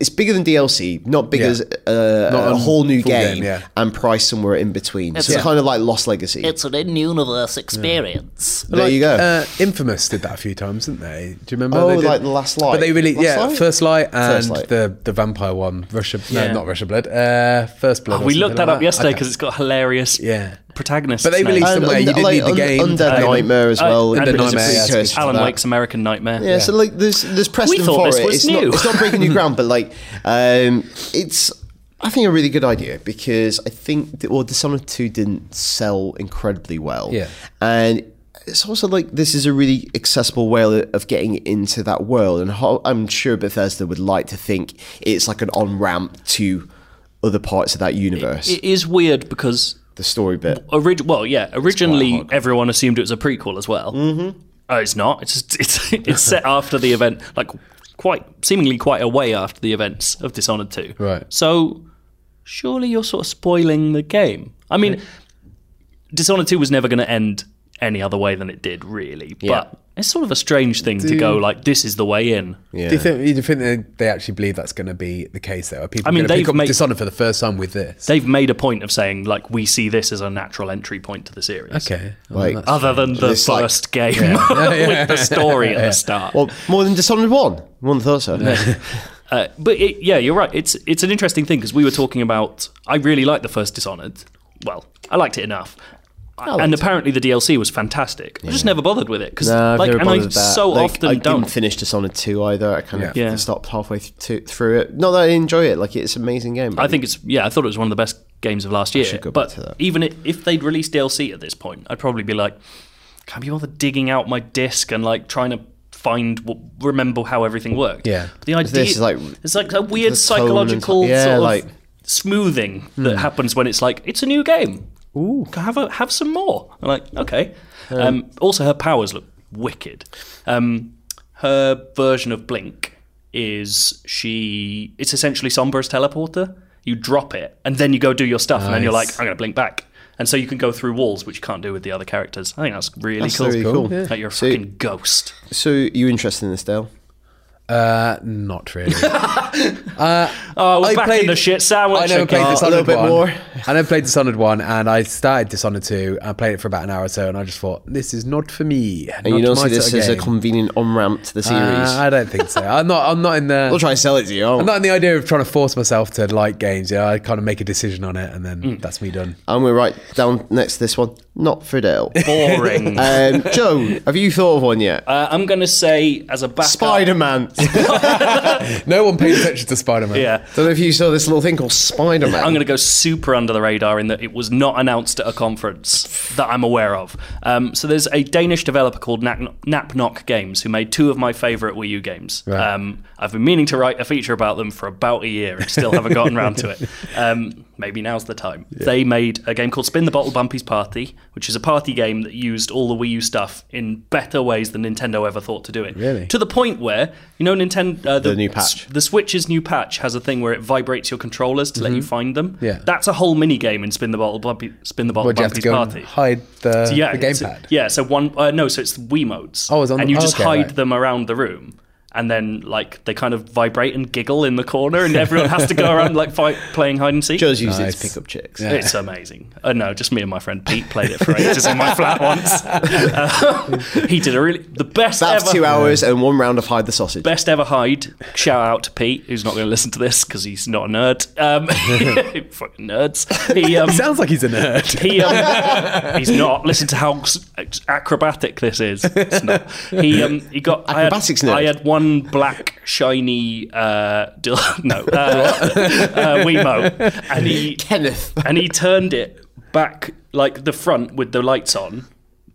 A: it's bigger than DLC, not big
C: Yeah.
A: as uh,
C: Not
A: a
C: a
A: whole new
C: full
A: game,
C: game, yeah.
A: and priced somewhere in between. so it's
D: a-
A: kind of like Lost Legacy.
D: It's an in-universe experience.
A: there you go.
C: Uh, Infamous did that a few times, didn't they? Do you remember?
A: Oh,
C: they did-
A: like The Last Light.
C: But they really,
A: Last
C: yeah,
A: Light?
C: First Light and
A: First Light.
C: the the vampire one, Russia.
B: Yeah.
C: No, not Russia Blood. Uh, First Blood. or
B: we
C: something
B: looked that
C: like
B: up yesterday
C: Okay.
B: because it's got hilarious
C: yeah,
B: protagonists.
C: But they
B: names.
C: released-
A: And
C: somewhere you
A: under-
C: didn't need the game to
A: Undead
C: play them.
A: Nightmare as
B: Uh,
A: well.
B: and
A: is a
C: Nightmare, yeah, it's
A: precursor to
B: Alan
A: that.
B: Wake's American Nightmare.
A: Yeah, so like there's there's precedent
B: thought
A: for
B: this
A: it.
B: was
A: it's
B: new.
A: not it's not breaking new ground, but like um, it's I think a really good idea because I think that, well Dishonored two didn't sell incredibly well.
C: Yeah.
A: and it's also like this is a really accessible way of getting into that world, and how, I'm sure Bethesda would like to think it's like an on ramp to other parts of that universe.
B: It is weird because
A: the story bit.
B: orig- well, yeah, originally everyone assumed it was a prequel as well. Mm-hmm. Uh, it's not. It's it's *laughs* it's set after the event, like quite seemingly quite a way after the events of Dishonored Two.
C: Right.
B: So surely you're sort of spoiling the game. I mean, Dishonored Two was never going to end any other way than it did, really. But it's sort of a strange thing to go like, this is the way in.
A: Yeah.
C: Do you think, do you think they, they actually believe that's going to be the case, though? Are people
B: I mean,
C: going to pick
B: they've
C: up
B: made-
C: Dishonored for the first time with this?
B: They've made a point of saying like, we see this as a natural entry point to the series.
C: okay.
A: Like-
C: that's-
B: Other than the
A: This, like-
B: first game *laughs* with the story at the start.
A: Well, more than Dishonored one. One thought so.
B: Uh, but it, yeah, you're right. It's it's an interesting thing because we were talking about. I really liked the first Dishonored. Well, I liked it enough. and apparently the DLC was fantastic. I just never bothered with it because
A: No, I've
B: like,
A: never
B: and I
A: bothered with that.
B: so
A: Like,
B: often
A: I
B: don't.
A: didn't finish Dishonored two either. I kind of
B: Yeah. Yeah.
A: stopped halfway th- to- through it. Not that I didn't enjoy it. Like it's an amazing game. but
B: I think it's yeah. I thought it was one of the best games of last year.
A: go back
B: but
A: to that.
B: even i- if they'd released DLC at this point, I'd probably be like, "Can be bother digging out my disc and like trying to find what, remember how everything worked?"
C: Yeah.
B: But the idea
A: This is like-
B: it's like a weird
A: the tone and-
B: psychological
A: yeah,
B: sort of
A: like-
B: smoothing that happens when it's like it's a new game. Ooh, have a, have some more. I'm like, okay. Um, also, her powers look wicked. Um, her version of Blink is she. It's essentially Sombra's teleporter. you drop it, and then you go do your stuff, and then you're like,
C: Nice.
B: I'm going to blink back. And so you can go through walls, which you can't do with the other characters. I think that's really
A: That's
B: cool.
A: really cool. Yeah.
B: Like you're a
A: So-
B: fucking ghost.
A: So you interested in this, Dale?
C: Uh, not really.
B: Oh, we're
C: I
B: back in
C: played-
B: the shit sandwich.
C: I never
B: again.
C: played
A: this
C: Dishonored
A: A little bit
C: one.
A: more.
C: I never played Dishonored one, and I started Dishonored two. I played it for about an hour or so, and I just thought this is not for me.
A: And you don't see this as a convenient on ramp to the series.
C: Uh, I don't think so. I'm not. I'm not in the.
A: I'll try and sell it to you.
C: I'm
A: I'm,
C: not in the idea of trying to force myself to like games. Yeah, I kind of make a decision on it, and then
B: Mm.
C: that's me done.
A: and we're right down next to this one. Not for Dale.
B: Boring. uh,
A: *laughs* um, Joe, have you thought of one yet?
B: I'm going to say as a backup.
A: Spider
B: *laughs*
A: Man. I
C: No one paid attention to Spider Man.
B: Yeah.
A: don't know if you saw this little thing called Spider Man.
B: I'm going to go super under the radar in that it was not announced at a conference that I'm aware of. Um, so there's a Danish developer called Nap- Napnock Games who made two of my favourite Wii U games.
C: Right.
B: Um, I've been meaning to write a feature about them for about a year and still haven't gotten round
A: *laughs*
B: to it. Um, maybe now's the time. They made a game called Spin the Bottle Bumpy's Party, which is a party game that used all the Wii U stuff in better ways than Nintendo ever thought to do it.
C: Really?
B: To the point where, you know, Nintendo. Uh,
A: The new patch.
B: the Switch's new patch has a thing where it vibrates your controllers to let you find them.
C: Mm-hmm. Yeah.
B: That's a whole mini game in Spin the Bottle Bumpy, Spin the Bottle
C: Would you have to
B: Bumpy's
C: go
B: Party.
C: and hide the,
B: yeah,
C: the
B: it's-
C: gamepad?
B: yeah, so one uh, no, so it's the Wiimotes.
C: Oh, it's on
B: and
C: the-
B: you
C: oh,
B: just
C: okay,
B: hide
C: right.
B: them around the room. And then, like, they kind of vibrate and giggle in the corner, and everyone has to
C: *laughs*
B: go around, like, fight, playing hide and seek.
A: Joe's used it
C: Nice.
A: to pick up chicks.
B: It's amazing. Uh, no, just me and my friend Pete played it for ages in my flat
C: *laughs*
B: once. *laughs* Uh, he did a really the best
A: That's
B: ever
A: two hours and one round of hide the sausage.
B: best ever hide. Shout out to Pete, who's not going to listen to this because he's not a nerd. Um, *laughs* fucking nerds. He, um,
C: Sounds like he's a nerd.
B: *laughs* he, um, *laughs* he's not. Listen to how s- acrobatic this is. It's not. He, um, he got. I had-
A: Acrobatics nerd.
B: I had one black shiny. Uh, dil- *laughs* no, uh, uh, Wiimote, and he
A: Kenneth.
B: and he turned it back like the front with the lights on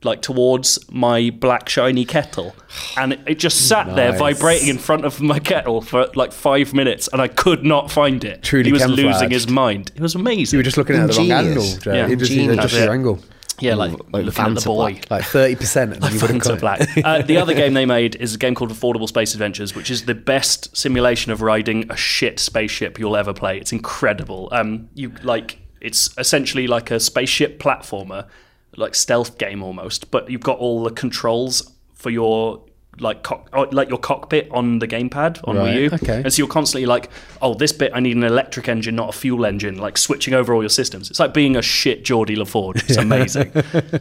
B: like towards my black shiny kettle and it, it just sat there
C: Nice.
B: vibrating in front of my kettle for like five minutes and i could not find it
C: Truly
B: he was
C: camouflaged.
B: losing his mind it was amazing
C: You were just looking at it at the wrong angle.
A: Ingenious.
C: Joe.
B: Yeah.
C: You just, you
A: Ingenious.
C: just
B: That's
C: your
B: it.
C: angle.
B: yeah like,
A: like
B: looking at the
A: Fanta
B: boy
A: Black.
C: Like thirty percent, and you would have
B: Fanta
C: got
B: Black. Uh, the other game they made is a game called Affordable Space Adventures, which is the best simulation of riding a shit spaceship you'll ever play. It's incredible. Um, you like it's essentially like a spaceship platformer, like stealth game almost, but you've got all the controls for your like cock, oh, like your cockpit on the gamepad on
C: Right,
B: Wii U.
C: okay.
B: And so you're constantly like, oh, this bit I need an electric engine, not a fuel engine. Like switching over all your systems. It's like being a shit Geordie LaForge.
C: *laughs*
B: It's amazing.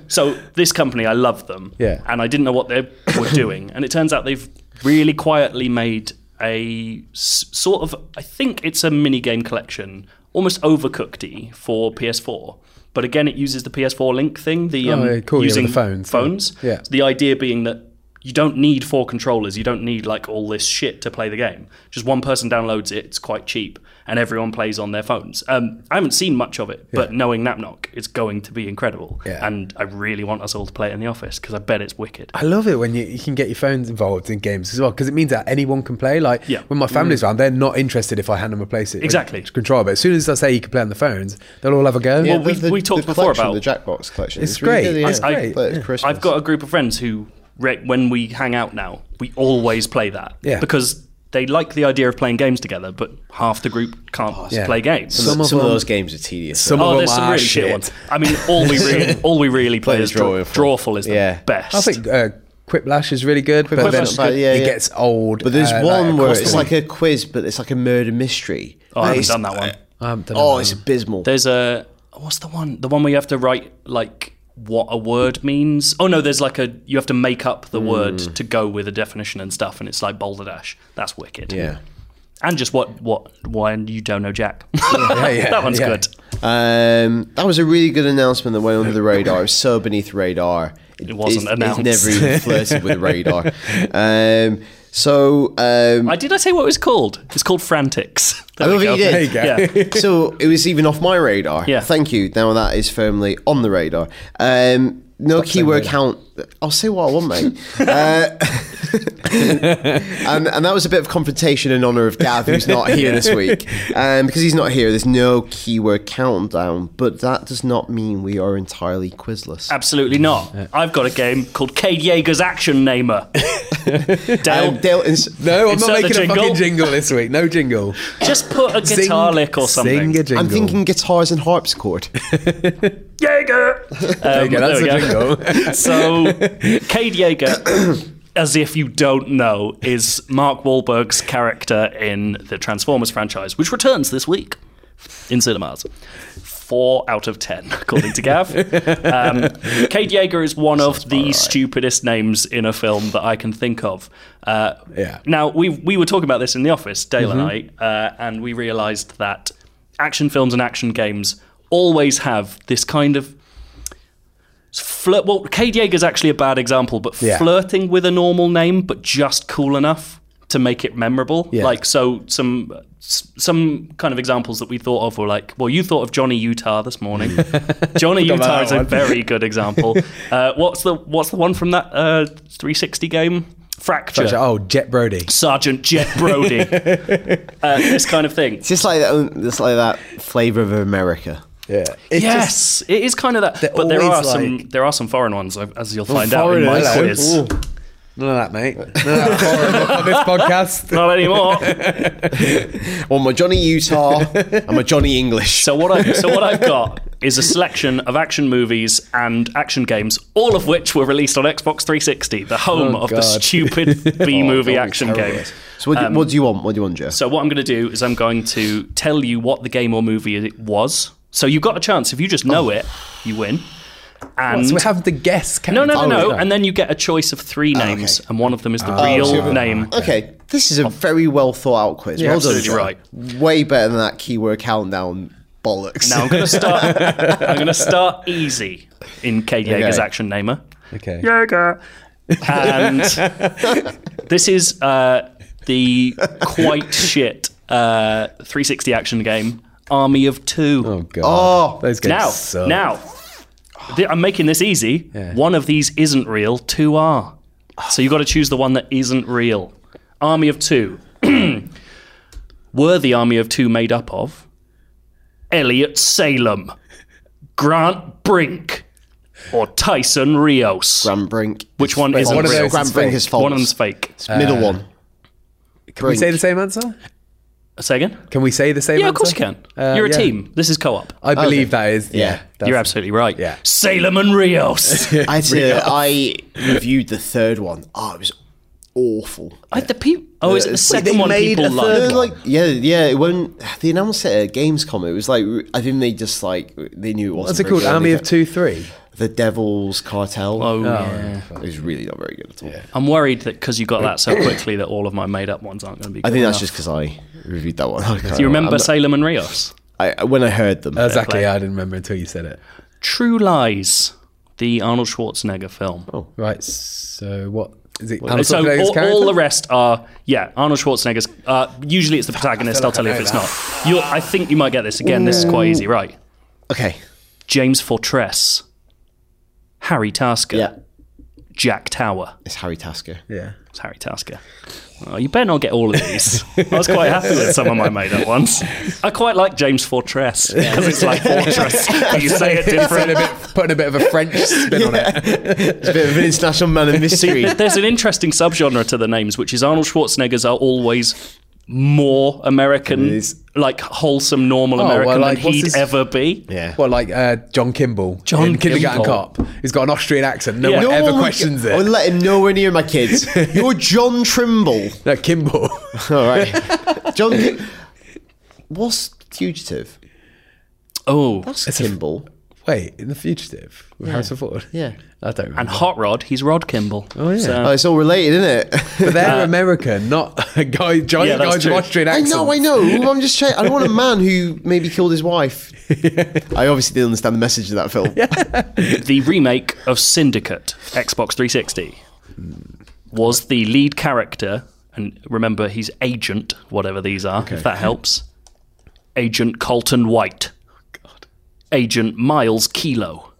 B: so this company, I love them
C: Yeah.
B: and I didn't know what they were *coughs* doing. And it turns out they've really quietly made a s- sort of, I think it's a mini game collection, almost overcookedy for PS4. But again, it uses the PS4 link thing, the um,
C: Oh, yeah, cool, yeah, with
B: using
C: the phones.
B: phones.
C: Yeah.
B: The idea being that you don't need four controllers, you don't need like all this shit to play the game. Just one person downloads it, it's quite cheap, and everyone plays on their phones. Um, I haven't seen much of it, but knowing Napnock, it's going to be incredible.
C: Yeah.
B: And I really want us all to play it in the office because I bet it's wicked.
C: I love it when you, you can get your phones involved in games as well because it means that anyone can play. Like
B: Yeah. Mm.
C: when my family's around, they're not interested if I hand them a place
B: Exactly.
C: controller. But as soon as I say you can play on the phones, they'll all have a go.
A: Yeah,
B: Well, we- we talked before
A: collection,
B: about-
A: the Jackbox collection.
C: It's
A: really
C: great.
A: good, yeah.
C: It's
A: I
C: great.
A: play it at
C: Yeah.
A: Christmas.
B: I've got a group of friends who, re- when we hang out now, we always play that.
C: Yeah.
B: Because they like the idea of playing games together, but half the group can't
C: yeah.
B: play games.
C: Some
A: some,
C: of
A: of
C: them-
A: those games are tedious.
C: Some
B: oh,
C: of them
B: there's some
C: are
B: really shit,
C: shit.
B: ones. I mean, all we really, all we really play,
A: Play
B: is
A: the
B: draw-
A: drawful.
B: Drawful is
A: Yeah.
B: the best.
C: I think uh, Quiplash is really good, but then
B: Quiplash is good.
A: Yeah,
C: it
A: yeah.
C: gets old.
A: but there's
C: uh, like,
A: one where
C: across the
A: it's
C: board.
A: like a quiz, but it's like a murder mystery.
B: Oh, I haven't
A: It's-
B: done that one.
C: I haven't done
A: Oh,
C: it.
A: it's abysmal.
B: There's a what's the one? The one where you have to write like what a word means. Oh no, there's like a you have to make up the word
C: Mm.
B: to go with a definition and stuff, and it's like Boulder Dash. That's wicked.
A: Yeah.
B: And just what what why you don't know Jack.
C: *laughs* yeah,
B: *laughs* that one's
C: yeah.
B: good.
A: Um, that was a really good announcement that went under the radar. It was so beneath the radar. It,
B: wasn't
A: it's-
B: announced.
A: It's never even flirted with the
B: *laughs*
A: radar. Um, so um,
B: I did I say what it was called? It's called Frantics. *laughs* There
A: I
B: we
A: love
B: go.
A: that you did.
C: There you go.
B: Yeah.
A: *laughs* so it was even off my radar.
B: Yeah.
A: Thank you. Now that is firmly on the radar. Um, no keyword count. I'll say what I want, mate. uh, *laughs* and, and that was a bit of confrontation in honor of Gav, who's not here *laughs* this week. Um, because he's not here, there's no keyword countdown, but that does not mean we are entirely quizless.
B: Absolutely not. I've got a game called Cade Yeager's Action
C: *laughs*
B: Namer. Dale,
A: Um, Dale, ins-
C: No, I'm
B: Insert
C: not
B: the
C: making a
B: jingle.
C: fucking jingle this week. No jingle.
B: just put a
C: Sing-
B: *laughs* guitar lick or something.
C: Sing a jingle.
A: I'm thinking guitars and harpsichord.
B: Jaeger. Um, there
C: go, that's
B: we
C: a
B: go. *laughs* so, Cade Jaeger, as if you don't know, is Mark Wahlberg's character in the Transformers franchise, which returns this week in cinemas. Four out of ten, *laughs* according to Gav. Um, Cade Yeager is one of the stupidest names in a film that I can think of. Uh,
C: Yeah.
B: Now we we were talking about this in the office, Dale and I, uh, and we realised that action films and action games always have this kind of flirt. Well, Cade Yeager's actually a bad example, but
C: Yeah.
B: flirting with a normal name, but just cool enough to make it memorable.
C: Yeah.
B: Like so, some s- some kind of examples that we thought of were like, well, you thought of Johnny Utah this
C: *laughs*
B: morning. Johnny Utah
C: about
B: is
C: that
B: a
C: one.
B: very good
C: *laughs*
B: example. uh, what's the what's the one from that uh, 360 game? Fracture.
C: *laughs* Oh, Jet Brody.
B: Sergeant Jet
C: *laughs*
B: Brody. uh, this kind of thing.
A: It's just like that, it's like that flavor of America.
C: Yeah. It's just-
B: yes, it is kind of that. But there are
C: always
B: some
C: like-
B: there are some foreign ones, as you'll find out in my
C: Hello.
B: quiz.
C: Ooh. None of that, mate. *laughs* None of that
B: *laughs*
C: horror on this podcast.
B: Not anymore.
C: *laughs*
A: Well, my Johnny *laughs* Utah and my Johnny English.
B: So what I so what I've got is a selection of action movies and action games, all of which were released on Xbox 360, the home
C: Oh,
B: of the
C: God. *laughs* Oh,
B: stupid B movie
A: God,
B: action
A: terrible.
B: games.
A: So what, do, what do you want? What do you want, Joe?
B: Um, So what I'm going to do is I'm going to tell you what the game or movie it was. So you've got a chance. If you just know it, you win. And
C: Oh. So we have Oh, to guess. Can
B: No, no, no, no. And then you get a choice of three names,
A: okay.
B: and one of them is
C: Oh,
B: the real
A: super.
C: *laughs*
B: name.
A: okay, this is a very well thought out quiz. well done,
B: uh, absolutely
A: Joe.
B: right.
A: Way better than that keyword countdown bollocks.
B: Now I'm going to start. I'm going to
C: *laughs*
B: start easy in Cade Yeager's
A: Okay.
B: action namer.
C: okay.
B: Yeager.
C: *laughs*
B: And this is uh, the quite shit uh, 360 action game, Army of Two.
C: Oh
A: *laughs*
C: god.
A: Oh.
C: those games
B: now,
C: suck.
B: now, th- I'm making this easy.
C: Yeah.
B: One of these isn't real. Two are. So you've got to choose the one that isn't real. Army of two. *clears throat* Were the army of two made up of Elliot Salem, Grant Brink, or Tyson Rios?
A: Grambrink.
B: Which one isn't
C: one of
B: real?
C: those is
A: Grambrink
C: fake.
A: is false.
B: One of them's Uh, fake.
A: It's middle one.
C: can we say the same answer?
B: Say again?
C: Can we say the same?
B: Yeah,
C: answer?
B: of course you can.
C: Uh,
B: You're a
C: yeah.
B: team. This is co-op.
C: I believe that is.
A: Yeah.
C: Yeah, that's-
B: You're absolutely right.
C: yeah.
B: Salem and Rios.
C: *laughs*
A: I, tell you, I reviewed the third one. Oh, it was awful.
B: I, the peop oh, is it the second
C: they
B: one
C: made
B: people
C: a third
B: like?
A: No, like yeah, yeah. It wasn't. They announced it at Gamescom. It was like I think they just like they knew it wasn't.
C: What's it
A: very
C: called?
A: good.
C: Army
A: They
C: of
A: kept-
C: Two, Three.
A: The Devil's Cartel.
B: Oh,
A: it was really not very good at all.
B: I'm worried that because you got that so quickly that all of my made up ones aren't going to be.
A: I
B: good
A: think that's
B: enough.
A: just because I reviewed that one.
B: Do you remember Salem and Rios?
A: I, when I heard them,
C: Exactly.
B: play.
C: I didn't remember until you said it.
B: True Lies, the Arnold Schwarzenegger film. Oh,
C: Right. So what is it?
B: so all, all the rest are yeah. Arnold Schwarzenegger's. Uh, usually it's the protagonist. I'll
C: like
B: tell you
C: *laughs* I
B: if
C: know
B: it's not. You'll, I think you might get this again. This is quite easy, right?
A: okay,
B: James Fortress, Harry Tasker,
A: yeah,
B: Jack Tower.
A: it's Harry Tasker.
C: yeah.
B: It's Harry Tasker. Oh, you better not get all of these. I was quite happy with some of my made up ones. I quite like James Fortress because it's like Fortress, but you say it different.
C: Putting a bit, putting a bit of a
B: *laughs*
C: French spin on it.
A: It's a bit of an international man of mystery.
B: There's an interesting subgenre to the names, which is Arnold Schwarzenegger's are always more American,
C: is.
B: like wholesome, normal
C: Oh, well,
B: American
C: like,
B: than
C: what's
B: he'd
C: his-
B: ever be.
A: yeah.
C: Well, like uh, John Kimball,
B: John
C: in Kindergarten
B: Kimball.
C: Cop. He's got an Austrian accent. No
B: Yeah.
C: one
B: No
C: ever
A: one would-
C: questions
A: I would
C: it.
A: let him nowhere near my kids. You're John Trimble.
C: No, Kimball.
A: All right, John. What's fugitive?
B: Oh,
A: That's Kimball.
C: Wait, in the Fugitive with Harrison Ford.
A: Yeah.
C: I don't.
B: and
C: Remember.
B: Hot Rod, he's Rod Kimball. Oh
C: yeah.
A: Oh, it's all related, isn't
C: *laughs*
A: it?
C: But they're American, not a guy, giant
B: Uh, Yeah, that's
C: guy with an
B: true.
C: Austrian
A: I
C: accent.
A: know, I know. I'm just trying. I don't want a man who maybe killed his wife. I obviously didn't understand the message of that film.
B: the remake of Syndicate, Xbox 360, was the lead character, and remember he's Agent, whatever these are, if that helps. Agent Colton White, Agent Miles Kilo,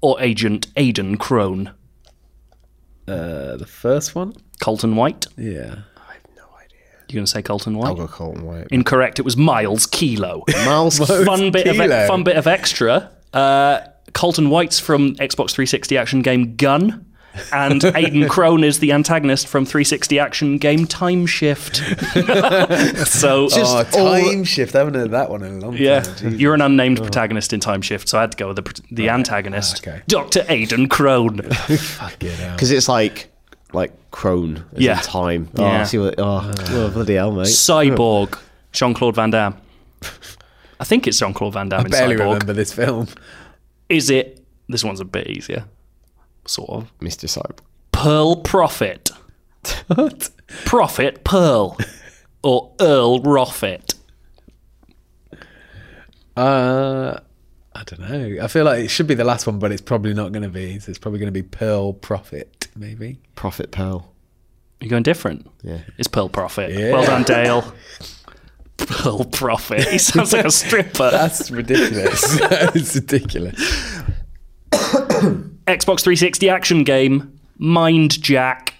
B: or Agent Aidan Crone.
C: Uh, the first one.
B: Colton White.
C: Yeah. I have no idea.
B: You're going to say Colton
A: I'll
B: White?
A: go Colton White.
B: Incorrect. It was Miles Kilo.
A: Miles,
B: fun bit
C: Kilo.
B: of e- fun bit of extra. Uh, Colton White's from Xbox 360 action game Gun,
C: *laughs*
B: and Aiden Crone is the antagonist from 360 action game Time Shift. *laughs* so
C: Oh,
A: Just all-
C: time shift. I haven't heard that one in a long
B: yeah, *laughs*
C: *laughs* time. Oh.
B: you're an unnamed protagonist in Time Shift, so I had to go with the, pr- the antagonist,
C: okay.
B: Doctor Aiden Crone.
C: *laughs*
A: because it's like like crone as
B: Yeah.
A: in time. Oh,
B: Yeah.
A: see what? Oh, oh, bloody hell, mate!
B: Cyborg, Jean Claude Van Damme. I think it's Jean Claude Van Damme in
C: Barely
B: Cyborg.
C: remember
B: *laughs*
C: this film.
B: Is it? This one's a bit easier, sort of.
A: Mr. Cyborg.
B: Pearl Prophet. Prophet Pearl. Or Earl Roffit.
C: Uh, I don't know. I feel like it should be the last one, but it's probably not going to be. So it's probably going to be Pearl Prophet, maybe.
A: Prophet Pearl.
B: You're going different?
A: Yeah.
B: It's Pearl Prophet.
C: Yeah.
B: Well done, Dale. Pearl Prophet. He sounds like a stripper.
C: That's *laughs* ridiculous. it's ridiculous.
B: Xbox 360 action game, Mind Jack.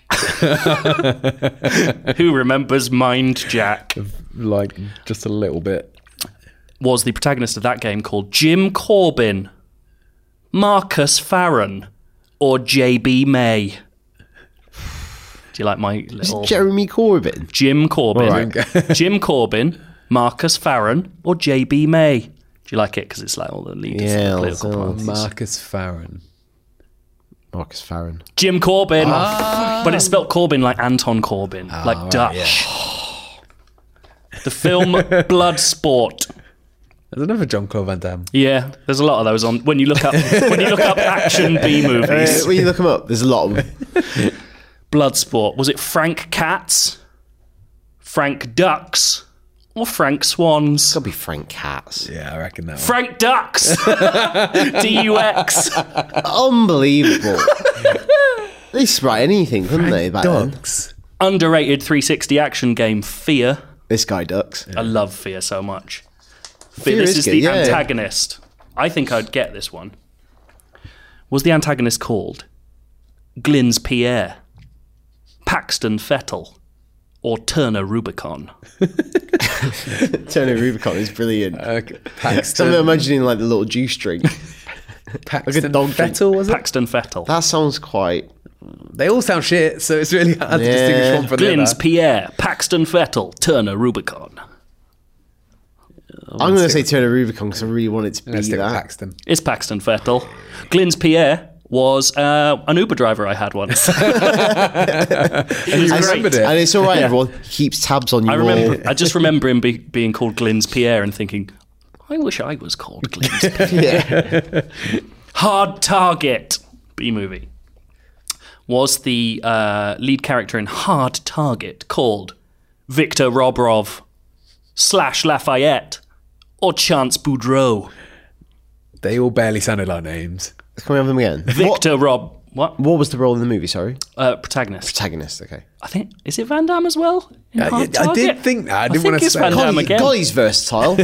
B: Who remembers Mind Jack?
C: Like just a little bit.
B: Was the protagonist of that game called Jim Corbin, Marcus Farron, or JB May? Do you like my little.
A: Jeremy Corbyn.
B: Jim Corbyn. *laughs*
C: Alright.
B: Jim Corbyn, Marcus Farron, or JB May. Do you like it? Because it's like all the leaders of
A: Yeah,
B: the political
A: so-
B: parties.
C: Marcus Farron.
A: Marcus Farron.
B: Jim Corbyn.
A: Ah.
B: but it's spelled Corbyn like Anton Corbyn, like Dutch. the
A: *laughs*
B: film Bloodsport.
C: There's another John Claude Van Damme.
B: Yeah, there's a lot of those on when you look up when you look up action
A: *laughs*
B: B
A: Uh,
B: movies.
A: when you look him up, there's a lot of 'em.
B: Bloodsport. Was it Frank Katz, Frank Ducks, or Frank Swans?
A: Gotta be Frank Katz.
C: Yeah, I reckon that one.
B: Frank Ducks.
A: *laughs*
B: D U X.
A: Unbelievable. they used to write anything, couldn't they? Back then.
C: Dogs.
B: Underrated 360 action game Fear.
A: This guy ducks.
B: I love Fear so much. Fear,
A: Fear
B: this
A: is
B: is,
A: good,
B: the
A: yeah.
B: antagonist. I think I'd get this one. Was the antagonist called Glyn's Pierre, Paxton Fettle, or Turner Rubicon?
A: Turner Rubicon is brilliant.
C: Okay.
A: I'm
C: Paxton.
A: imagining like the little juice drink.
C: Paxton
A: a dog drink.
C: Fettle, was it?
B: Paxton Fettle.
A: That sounds quite.
C: They all sound shit, so it's really hard to
A: Yeah.
C: distinguish one from the
B: Glyn's
C: other.
B: Pierre, Paxton Fettle, Turner Rubicon.
A: I'm going to say Turner Rubicon because I really want it to be
C: Let's stick with
A: that.
C: Paxton.
B: It's Paxton Fettle. Glyn's Pierre was uh, an Uber driver I
A: *laughs*
B: had once. *laughs*
C: I
B: Great.
C: remembered it.
A: And it's all right, everyone. Keeps tabs on you.
B: I
A: all.
B: remember. I just remember him be, being called Glyn's Pierre and thinking, I wish I was called Glyn's.
C: *laughs*
B: Pierre."
A: Yeah.
B: Hard Target B movie was the uh, lead character in Hard Target called Victor Robrov slash Lafayette or Chance Boudreau?
C: They all barely sounded like names.
A: Can we have them again? *laughs* What,
B: Victor Rob. What
A: what was the role in the movie? Sorry,
B: uh, protagonist?
A: protagonist. Okay.
B: I think is it Van Damme as well? in
C: I-
B: Hard
C: I did
B: Target?
C: think that. I didn't
B: think
C: wanna
B: it's
C: say-
B: Van
A: God,
B: Damme
A: he-
B: again.
A: God, he's *laughs* versatile.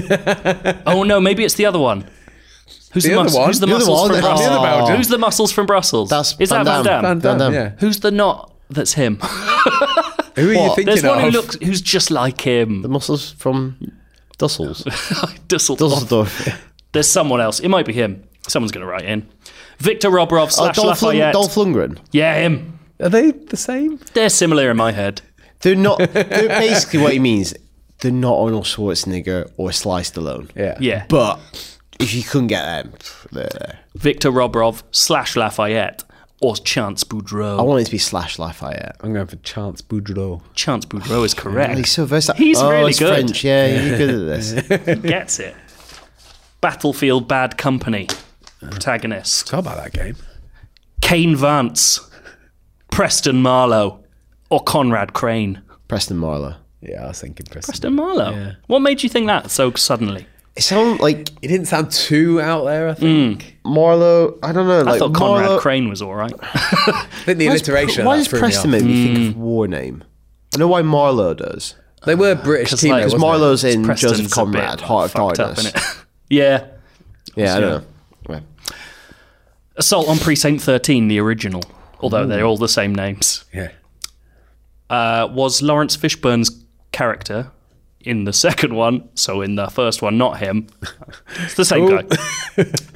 B: Oh no, maybe it's the other one. Who's the,
C: other
B: mus-
C: one?
B: Who's the,
C: The
A: other one?
B: muscles from
A: The other
B: Brussels?
C: Belgian.
B: Who's the muscles from Brussels?
A: That's
B: is that Van
A: Van
B: Damme?
A: Damme.
C: Van Damme,
A: Damme.
C: yeah.
B: Who's the not? That's him.
C: Who are you
A: What?
C: thinking
B: There's one who
C: of?
B: looks who's just like
A: *laughs*
B: him.
A: the muscles from Dussels.
B: *laughs* Dusseldorf.
A: *laughs* Dusseldorf.
B: There's someone else. It might be him. Someone's gonna write in. Victor Roborov
A: Oh,
B: slash
A: Dolph, Lund-
B: Lafayette.
A: Dolph Lundgren.
B: Yeah, him.
C: Are they the same?
B: They're similar in my head.
A: They're not. *laughs* They're basically what he means. They're not Arnold Schwarzenegger or Sliced Alone.
C: Yeah.
B: Yeah.
A: But if you couldn't get them, they're there.
B: Victor Roborov slash Lafayette or Chance Boudreau.
A: I want it to be Slash Lafayette.
C: I'm going for Chance Boudreau.
B: Chance Boudreau is
A: And
B: correct.
A: he's so versatile.
B: He's
A: oh,
B: really
A: he's
B: good.
A: French. Yeah, he's good at *laughs* this.
B: Gets it. Battlefield Bad Company. Protagonist.
C: Talk about that game.
B: Kane Vance, Preston Marlowe, or Conrad Crane.
A: Preston Marlowe.
C: Yeah, I was thinking Preston.
B: Preston Marlowe. What made you think that so suddenly?
A: It sounds like
C: It didn't sound too out there, I think.
A: Marlowe. I don't know.
B: I
A: like
B: thought Conrad
A: Marlowe-
B: Crane was all right.
C: I think the
A: Why does-
C: alliteration.
A: Why
C: that
A: does
C: threw me
A: Preston
C: off.
A: make me think
B: Hmm.
A: of war name? I know why Marlowe does.
C: They were British team.
B: like-
C: though,
B: 'cause
A: Because
C: wasn't it?
A: Marlowe's in
B: Preston's
A: Joseph
B: a
A: Conrad,
B: bit
A: Heart of
B: fucked up,
A: Darkness.
B: innit? *laughs* yeah.
A: yeah, I don't know.
B: Assault on Precinct 13, the original. Although they're all the same names.
C: Yeah.
B: uh, was Lawrence Fishburne's character in the *laughs* second one. So in the first one, not him. It's the same guy.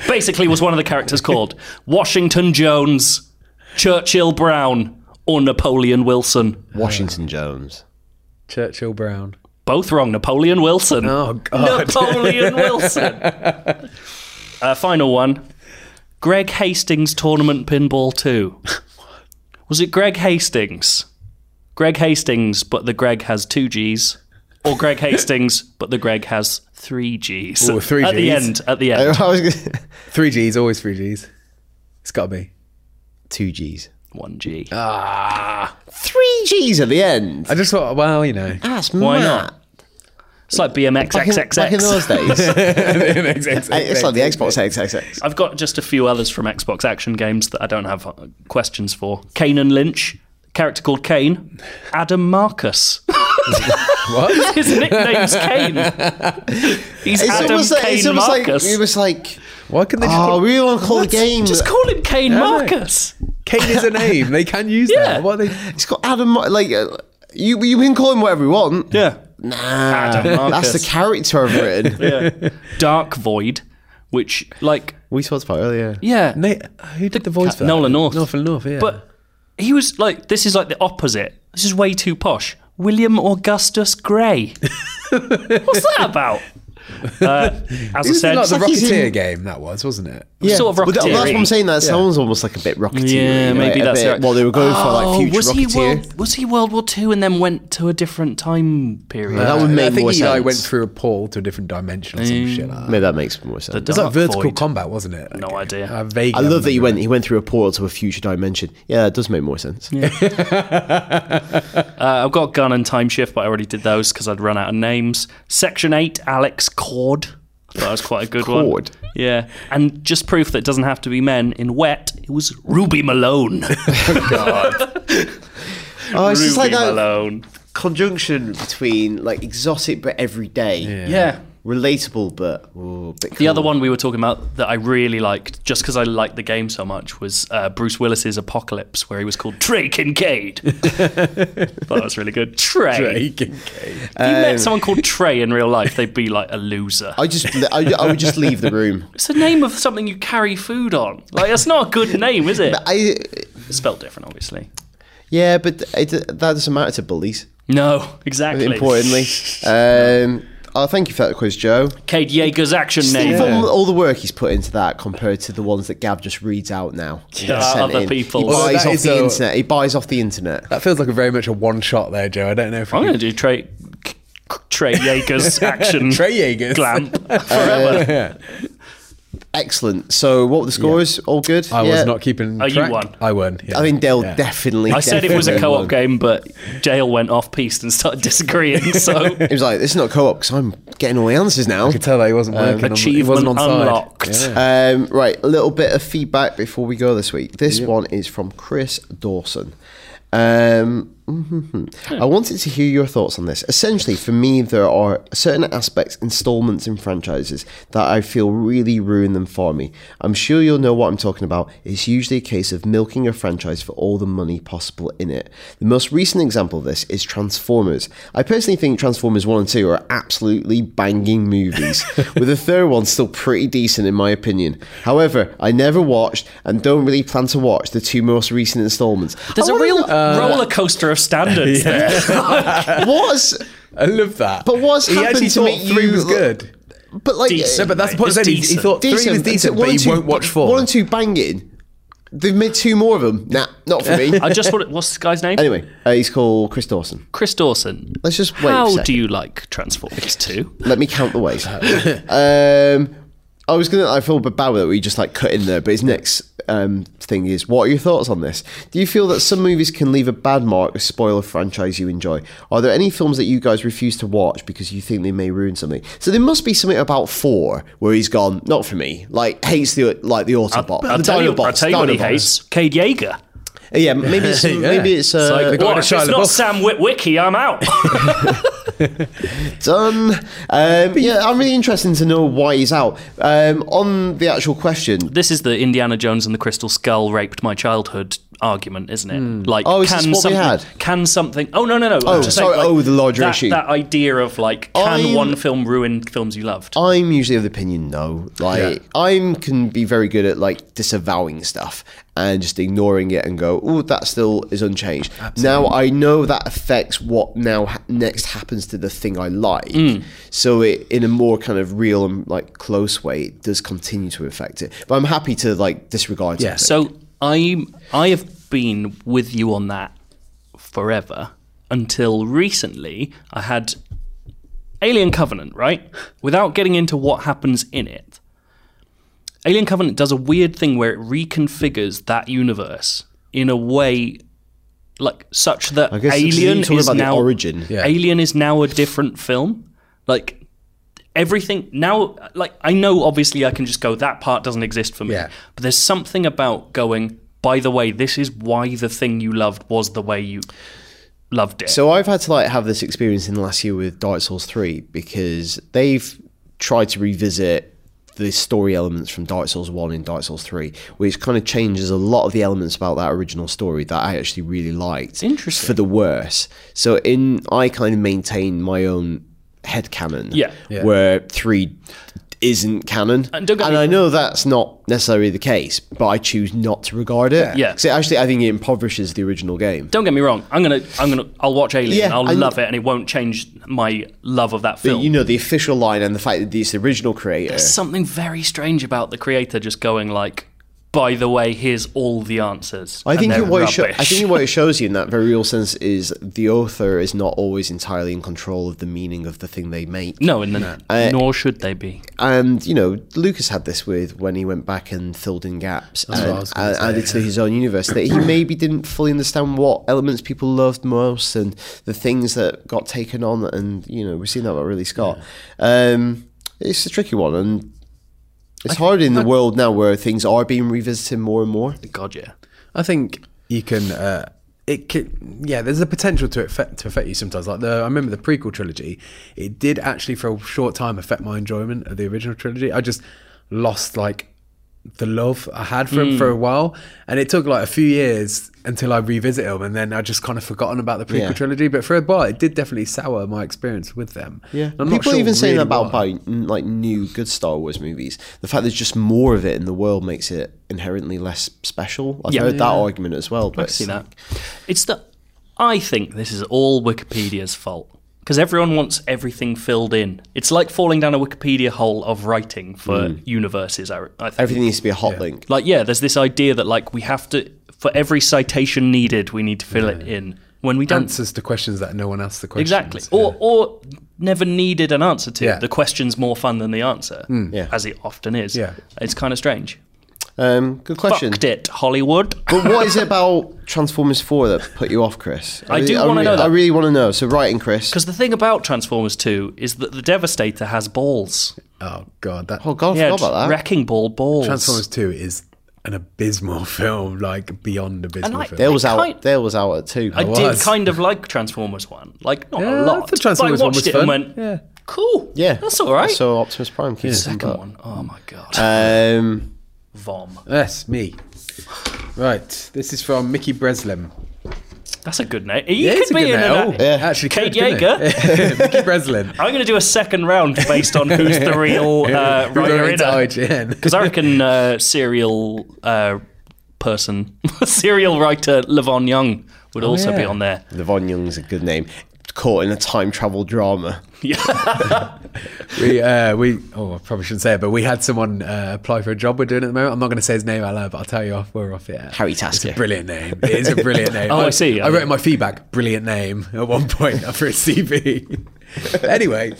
B: Basically, was one of the characters called Washington Jones, Churchill Brown, or Napoleon Wilson?
A: Washington Jones.
C: Churchill Brown.
B: Both wrong. Napoleon Wilson.
C: Oh, God. *laughs*
B: Napoleon Wilson. uh, final one. Greg Hastings tournament pinball two. Was it Greg Hastings? Greg Hastings, but the Greg has two G's. Or Greg Hastings, but the Greg has three G's.
C: Ooh, three
B: at the
C: Gs. Uh,
B: end. At
A: *laughs*
B: the
A: I
B: end.
A: was gonna-
C: Three G's, always three G's. It's got to be.
A: Two G's.
B: One G.
C: uh,
A: Three G's at the end.
C: I just thought, well, you know, *laughs*
A: That's
B: Why
A: mad.
B: not? It's like BMX
A: Back in, back in those
B: XXX. *laughs*
A: days, it's
C: it's
A: like the Xbox XXX.
B: I've got just a few others from Xbox action games that I don't have uh, questions for. Kane and Lynch, character called Kane, Adam Marcus.
C: What?
B: His
A: *laughs*
B: nickname's Kane. He's
A: It's
B: Adam
A: almost like
B: Kane
A: it's almost like
B: Marcus.
A: it was like,
C: Why can they just
A: oh,
C: call
A: we want to call the game.
B: Just call him Kane Marcus.
C: Kane is a name. They can use
B: Yeah.
C: that. What are they?
A: it's got Adam. Mar- Like uh, you, you can call him whatever you want.
B: Yeah.
A: Nah,
B: Adam
A: that's
B: Marcus.
A: the character I've
B: *laughs*
A: written.
B: Dark Void, which, like,
A: We talked about it earlier.
B: yeah.
C: Nate, who did the voice for that?
B: Nolan North.
C: North and North, yeah.
B: But he was like, this is like the opposite. This is way too posh. William Augustus *laughs* Gray. What's that about? Uh, as I
C: Isn't it
B: said,
C: like the
A: like he's
C: Rocketeer
A: in-
C: game that was, wasn't it?
B: sort of
A: But that- that's what
B: Rocketeer-y.
A: I'm saying. That sounds almost like a bit rocketeer.
B: Yeah, maybe that's
A: bit,
B: right.
A: Well, they were going for like
B: Oh,
A: future
B: was
A: rocketeer.
B: He World, was he World War Two and then went to a different time period?
A: that would
C: I
A: make
C: think
A: more
C: he
A: sense.
C: like went through a portal to a different dimension or some shit. Like that.
A: Maybe that makes more sense.
C: It's like
B: Uh, Dark
C: vertical
B: Void.
C: combat, wasn't it? Like,
B: No idea.
C: I vaguely
A: I love that he
C: remember
A: went. He went through a portal to a future dimension. Yeah, that does make more sense.
B: Uh, I've got Gun and Time Shift, but I already did those because I'd run out of names. Section 8, Alex Cord. That was quite a good
A: Cord?
B: one. Yeah. And just proof that it doesn't have to be men. In Wet, it was Ruby Malone.
A: *laughs* Oh, it's
B: Ruby
A: just like that
B: Malone.
A: conjunction between like exotic but everyday,
B: Yeah.
A: relatable but ooh, bit
B: The
A: cool.
B: other one we were talking about that I really liked, just because I liked the game so much, was uh, Bruce Willis's Apocalypse, where he was called
A: *laughs*
B: Trey Kincaid. Thought that was really good. Trey.
C: Drake and Kane.
B: If you met someone called Trey in real life, they'd be like a loser.
A: Um, I just, I, I would just leave the room.
B: It's the name of something you carry food on. Like, that's not
A: *laughs*
B: a good name, is it?
A: I,
B: It's spelled different, obviously.
A: yeah, but it, that doesn't matter to bullies.
B: No, exactly.
A: Importantly,
B: *laughs*
A: um, oh, thank you for that quiz, Joe.
B: Cade Yeager's action
A: Think
B: name.
A: of all, all the work he's put into that compared to the ones that Gav just reads out now.
B: Yeah,
A: Sent
B: other
A: in.
B: people's.
A: He
C: Although
A: buys
C: that
A: off
C: is
A: the
C: a-
A: internet. He buys off the internet.
C: That feels like a very much a one shot there, Joe. I don't know if we
B: I'm going to do
C: *laughs* could-
B: Trey, Trey
A: *laughs*
B: Yeager's action
C: Trey Yeager.
B: glamp.
A: Excellent. So, what were the scores? All good.
C: I
A: Yeah.
C: was not keeping.
B: Oh, you
C: track.
B: won.
C: I won. yeah.
A: I think Dale
C: Yeah.
A: definitely.
B: I said it was
A: *laughs*
B: a
A: definitely
B: co
A: won.
B: op game, but Jail went off piste and started
A: *laughs*
B: disagreeing. So,
A: He was like, "This is not co-op because I'm getting all the answers now."
C: I could tell that he wasn't working. on- he
B: achievement
C: wasn't on side.
B: unlocked.
A: Um, right, a little bit of feedback before we go this week. This one is from Chris Dawson. Um, *laughs* mhm. I wanted to hear your thoughts on this. Essentially, for me, there are certain aspects, installments in franchises that I feel really ruin them for me. I'm sure you'll know what I'm talking about. It's usually a case of milking a franchise for all the money possible in it. The most recent example of this is Transformers. I personally think Transformers 1 and 2 are absolutely banging
C: *laughs*
A: movies, with the third one still pretty decent in my opinion. However, I never watched and don't really plan to watch the two most recent installments.
B: There's
A: I
B: a
A: wanna
B: real
A: know-
B: roller coaster of
A: *laughs*
B: standards there.
C: Uh,
A: what has,
C: I love that.
A: But what's
C: he
A: happened
C: actually
A: to
C: thought
A: make
C: three
A: you-
C: was good.
A: but like
B: Decent.
C: No, but that's the point.
B: It's
C: I'm saying. He, he
B: decent.
A: uh,
C: thought three was
A: and
C: decent,
A: one
C: but he
A: and two-
C: won't watch four.
A: One and two banging. They've made two more of them. Nah, not for
C: *laughs*
A: me.
B: I just want what's this guy's name?
A: anyway, uh, he's called Chris Dawson.
B: Chris Dawson.
A: Let's just wait. a
B: How
A: second.
B: do you like Transformers 2?
A: Let me count the ways.
B: *laughs*
A: um, I was gonna. I feel a bit bad with it. We just like cut in there. But his next um, thing is, what are your thoughts on this? Do you feel that some movies can leave a bad mark or spoil a franchise you enjoy? Are there any films that you guys refuse to watch because you think they may ruin something? So there must be something about four where he's gone. Not for me. Like hates the like the Autobot.
B: I'll
A: the
B: tell you, I'll
A: Dinobots,
B: tell you what he
A: Dinobots.
B: hates. Cade Yeager.
A: Uh, Yeah, maybe
B: *laughs*
A: it's maybe it's, uh,
C: It's like the guy
B: What,
C: to
B: if
C: Shia
B: it's not
C: LaBeouf.
B: Sam Witwicky, I'm out. *laughs*
A: done. Um, yeah, I'm really interested to know why he's out. Um, on the actual question,
B: this is the Indiana Jones and the Crystal Skull raped my childhood argument, isn't it? Like,
A: Oh, is
B: can
A: this what we
B: something,
A: had?
B: Can something? Oh no, no, no.
A: Oh,
B: I'm just
A: sorry, oh, the larger
B: that,
A: issue.
B: That idea of like, can
A: I'm-
B: one film ruin films you loved?
A: I'm usually of the opinion no. Like I'm can be very good at like disavowing stuff and just ignoring it and go, oh, that still is unchanged. Now I know that affects what now ha- next happens to the thing I like. So it in a more kind of real and like close way it does continue to affect it. But I'm happy to like disregard.
C: Yeah.
A: something.
B: So I I have been with you on that forever until recently. I had Alien Covenant, right? Without getting into what happens in it. Alien Covenant does a weird thing where it reconfigures that universe in a way like such that
A: I guess it's-
B: Alien
A: you're talking
B: is
A: about the
B: now
A: origin.
C: Yeah.
B: Alien is now a different film. Like everything now like I know obviously I can just go that part doesn't exist for me.
C: Yeah.
B: But there's something about going, by the way, this is why the thing you loved was the way you loved it.
A: So I've had to like have this experience in the last year with Dark Souls 3 because they've tried to revisit the story elements from Dark Souls 1 and Dark Souls 3, which kind of changes a lot of the elements about that original story that I actually really liked.
B: Interesting.
A: For the worse. So in I kind of maintain my own head canon.
B: Yeah.
C: Yeah.
A: Where 3 isn't canon.
B: And don't get me-
A: I know that's not necessarily the case, but I choose not to regard it.
B: Yeah.
A: So actually I think it impoverishes the original game.
B: don't get me wrong. I'm gonna, I'm gonna, I'll watch Alien.
A: Yeah,
B: I'll
A: I-
B: love it, and it won't change my love of that
A: But
B: film.
A: you know the official line and the fact that it's the original creator.
B: There's something very strange about the creator just going like, "By the way, here's all the answers."
A: I think,
B: and
A: in
B: they're
A: what it sho- I
B: rubbish.
A: think in what it shows you in that very real
B: *laughs*
A: sense is the author is not always entirely in control of the meaning of the thing they make.
B: no, and then nor should they be.
A: And, you know, Lucas had this with when he went back and filled in gaps
C: what I
A: and
C: was gonna
A: and
C: say,
A: added to his own universe that he maybe didn't fully understand what elements people loved most and the things that got taken on. And, you know, we've seen that about Ridley Scott. Um, it's a tricky one. And it's hard in the world now where things are being revisited more and more.
B: God, yeah.
C: I think you can. Uh, it can, yeah. There's a potential to affect to affect you sometimes. Like the, I remember the prequel trilogy. It did actually for a short time affect my enjoyment of the original trilogy. I just lost like the love I had for
A: Mm.
C: him for a while, and it took like a few years until I revisit him, and then I just kind of forgotten about the prequel
A: Yeah.
C: trilogy. But for a while, it did definitely sour my experience with them.
A: Yeah,
C: And I'm not
A: people
C: sure
A: even saying
C: really
A: that about
C: why.
A: by, like new good Star Wars movies. The fact there's just more of it in the world makes it inherently less special. I've
B: Yeah.
A: heard that argument as well. But
B: I see that. It's that I think this is all Wikipedia's fault because everyone wants everything filled in. It's like falling down a Wikipedia hole of writing for
C: Hmm.
B: universes. I, I think.
A: everything needs to be a hot link.
B: Like, yeah, there's this idea that like we have to for every citation needed, we need to fill it in when we don't.
C: answers to questions that no one asked the questions.
B: Exactly,
C: Yeah.
B: or or never needed an answer to.
C: Yeah. Hmm.
B: The question's more fun than the answer,
A: Yeah.
B: as it often is.
C: Yeah.
B: it's kind of strange.
A: Um, good question.
B: Fucked it, Hollywood.
A: But what is it about Transformers Four that put you off, Chris?
B: *laughs* I do wanna
A: really-
B: know that.
A: I really want to know. So, writing, Chris.
B: Because the thing about Transformers 2 is that the Devastator has balls.
C: Oh god, that
A: Oh God, I
B: Yeah,
A: forgot about that.
B: Wrecking Ball balls.
C: Transformers Two is an abysmal *laughs* film, like beyond abysmal
B: like-
C: film.
A: There was
B: I
A: out.
B: can't-
A: There was out at two.
B: I did
C: was.
B: kind of like Transformers 1. Like, not
C: Yeah,
B: a
C: I
B: lot.
C: thought Transformers
B: but I
C: 1
B: watched
C: was
B: it
C: fun.
B: and went,
C: Yeah.
B: cool.
A: yeah,
B: That's all right.
A: So Optimus Prime. Yeah.
B: Second one. Oh, my God.
A: Um,
B: Vom.
C: Yes, me. Right, this is from Mickey Breslem.
B: That's a good name. He
C: Yeah,
B: could
C: it's a
B: be
C: good
B: in
C: name.
B: a-
C: Oh, yeah, actually,
B: Kate
C: could, couldn't
B: Yeager.
C: it? *laughs* Mickey Breslem.
B: I'm going to do a second round based on who's the
C: *laughs*
B: real uh,
C: We're
B: writer
C: going
B: in
C: into
B: it. *laughs*
C: IGN.
B: Because I reckon uh, serial uh, person, *laughs* serial writer Levon Young would also be
C: Oh, yeah.
B: on there. *laughs*
A: Levon Young's a good name. Caught in a time travel drama.
C: we, uh, we, oh, I probably shouldn't say it, but we had someone uh, apply for a job we're doing at the moment. I'm not going to say his name out loud, but I'll tell you off. We're off it.
A: Harry
C: It's
A: Tasker.
C: a brilliant name. It is a brilliant
B: *laughs*
C: name.
B: Oh, I see.
C: I wrote in my feedback, brilliant name at one point *laughs* for a CV. *laughs* anyway,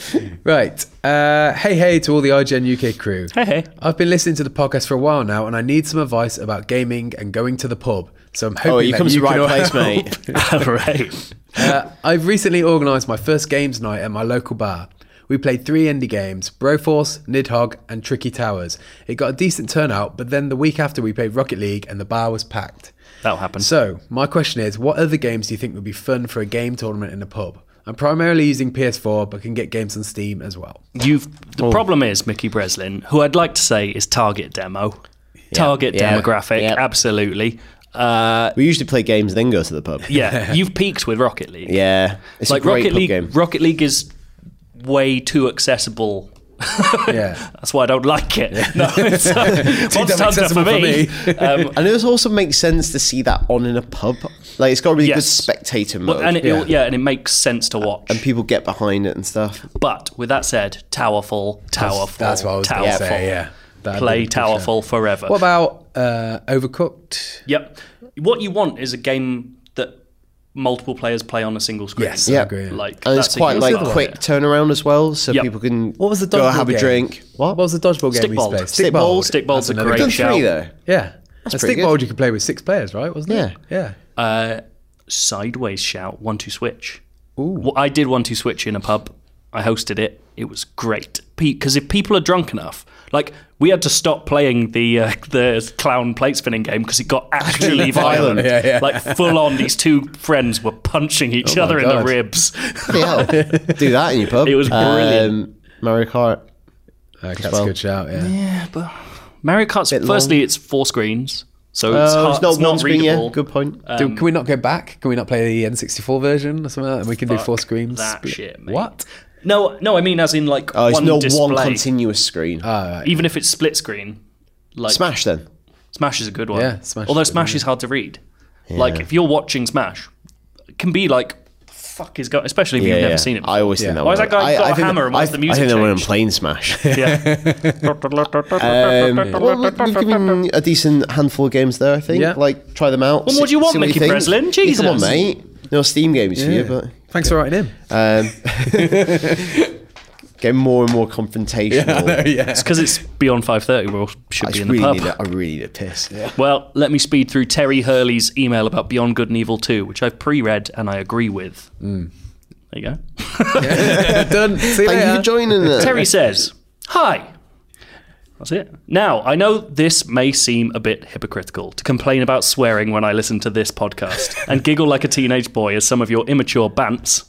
C: right. Uh, hey, hey to all the IGN UK crew.
B: Hey, hey.
C: I've been listening to the podcast for a while now, and I need some advice about gaming and going to the pub. So I'm hoping
A: Oh, you
C: that
A: come to
C: you
A: the
C: can
A: right place,
C: help.
A: mate.
C: *laughs*
B: All right.
C: Uh, I've recently organised my first games night at my local bar. We played three indie games Broforce, Nidhogg, and Tricky Towers. It got a decent turnout, but then the week after we played Rocket League and the bar was packed.
B: That'll happen.
C: So, my question is what other games do you think would be fun for a game tournament in a pub? I'm primarily using PS4, but can get games on Steam as
B: *laughs*
C: well.
B: You've the problem is Mickey Breslin, who I'd like to say is target demo, target
A: yeah,
B: demographic,
A: yeah.
B: absolutely. Uh,
A: We usually play games then go to the pub.
B: yeah, you've peaked with Rocket League.
A: Yeah. It's
B: like
A: a great
B: Rocket
A: pub
B: League.
A: game.
B: Rocket League is way too accessible. *laughs*
C: Yeah.
B: That's why I don't like it. No, it's, uh, what's
C: damn
B: Tanza for
C: accessible for
B: me? *laughs* *laughs*
C: me.
B: um,
A: *laughs* and it also makes sense to see that on in a pub. Like it's got a really good
B: Yes.
A: spectator mode.
B: but- and it,
C: Yeah.
B: yeah. yeah, and it makes sense to watch.
A: and people get behind it and stuff.
B: But with that said, Towerfall, Towerfall,
C: That's what I was going to
B: Towerfall.
C: say. Yeah. That'd
B: Play
C: be the push there.
B: Towerfall forever.
C: What about uh, Overcooked?
B: Yep. What you want is a game that multiple players play on a single screen.
C: Yes,
A: Yeah.
C: I agree.
B: Like
A: And
B: that's
A: Uh, it's
B: a
A: quite
B: huge
A: like
B: part of
A: quick
B: it.
A: turnaround as well, so
B: Yep.
A: people can
C: what was the
A: go
C: dodgeball
A: have
C: game?
A: a drink.
C: What was the dodgeball game
B: Stickball.
C: we played?
A: Stickball.
B: Stickball's
C: That's
B: a
C: another
B: great
C: good
A: Done
B: shout.
C: one.
A: three though.
C: Yeah. a
A: pretty
C: stickball
A: good.
C: you could play with six players, right? Wasn't it? Yeah. Yeah.
B: Uh, sideways shout one two switch. Well, I did one two switch in a pub. I hosted it. It was great because if people are drunk enough, like we had to stop playing the uh, *laughs* the clown plate spinning game because it
C: *laughs*
B: got actually violent.
C: Yeah, yeah. Oh
B: Like full on, these two friends were punching each other in the
C: God.
B: ribs. *laughs*
A: Yeah, *laughs* do that in your pub.
B: It was brilliant.
A: Um, Mario Kart.
C: Okay, that's
A: well.
C: a good shout. Yeah.
B: Mario Kart's
A: Bit long.
B: firstly, it's four screens, so it's,
A: Oh, it's
B: hard,
A: not one screen.
B: readable. Uh,
A: Yeah, good point.
C: Do, can we not go back? Can we not play the N64 version or something like that? And we can do four screens.
B: that
C: split-
B: shit, mate.
C: What?
B: No, no, I mean as in like
A: oh, it's
B: one
A: not
B: display. Uh,
A: one continuous screen.
C: Uh,
B: Even if it's split screen, like
A: Smash then.
B: Smash is a good one.
C: Yeah, Smash
B: Although
C: is a good
B: Smash is hard to read. Like if you're watching Smash, it can be like fuck is going. Especially if you've never seen it.
A: I always
C: Yeah.
A: think that.
B: Why
A: when
B: has that
A: I'm-
B: guy
A: I, I
B: got a
A: think-
B: hammer and
A: I,
B: wants the
A: I
B: music
A: think that when I'm
B: changed?
A: playing
B: *laughs*
A: Smash. Um,
B: Yeah.
A: Well, we- we've given a decent handful of games there, I think.
C: Yeah.
A: Like, try them out. Well,
B: more do you want, Mickey Breslin?
A: Come on,
B: Jesus.
A: mate. No Steam games for you, but
C: Thanks for
A: *laughs*
C: writing in.
A: um, getting more and more confrontational.
B: It's because it's beyond five thirty. We all
A: I
B: should be
A: just
B: in the
A: really
B: pub.
A: need a, I really need a piss. Yeah.
B: Well, let me speed through Terry Hurley's email about Beyond Good and Evil 2, which I've pre read and I agree with.
A: Mm.
B: There you go.
C: Done. See
A: Thank
C: you later.
A: you for joining us.
B: Terry says, Hi. That's it. Now, I know this may seem a bit hypocritical to complain about swearing when I listen to this podcast and giggle like a teenage boy as some of your immature bants.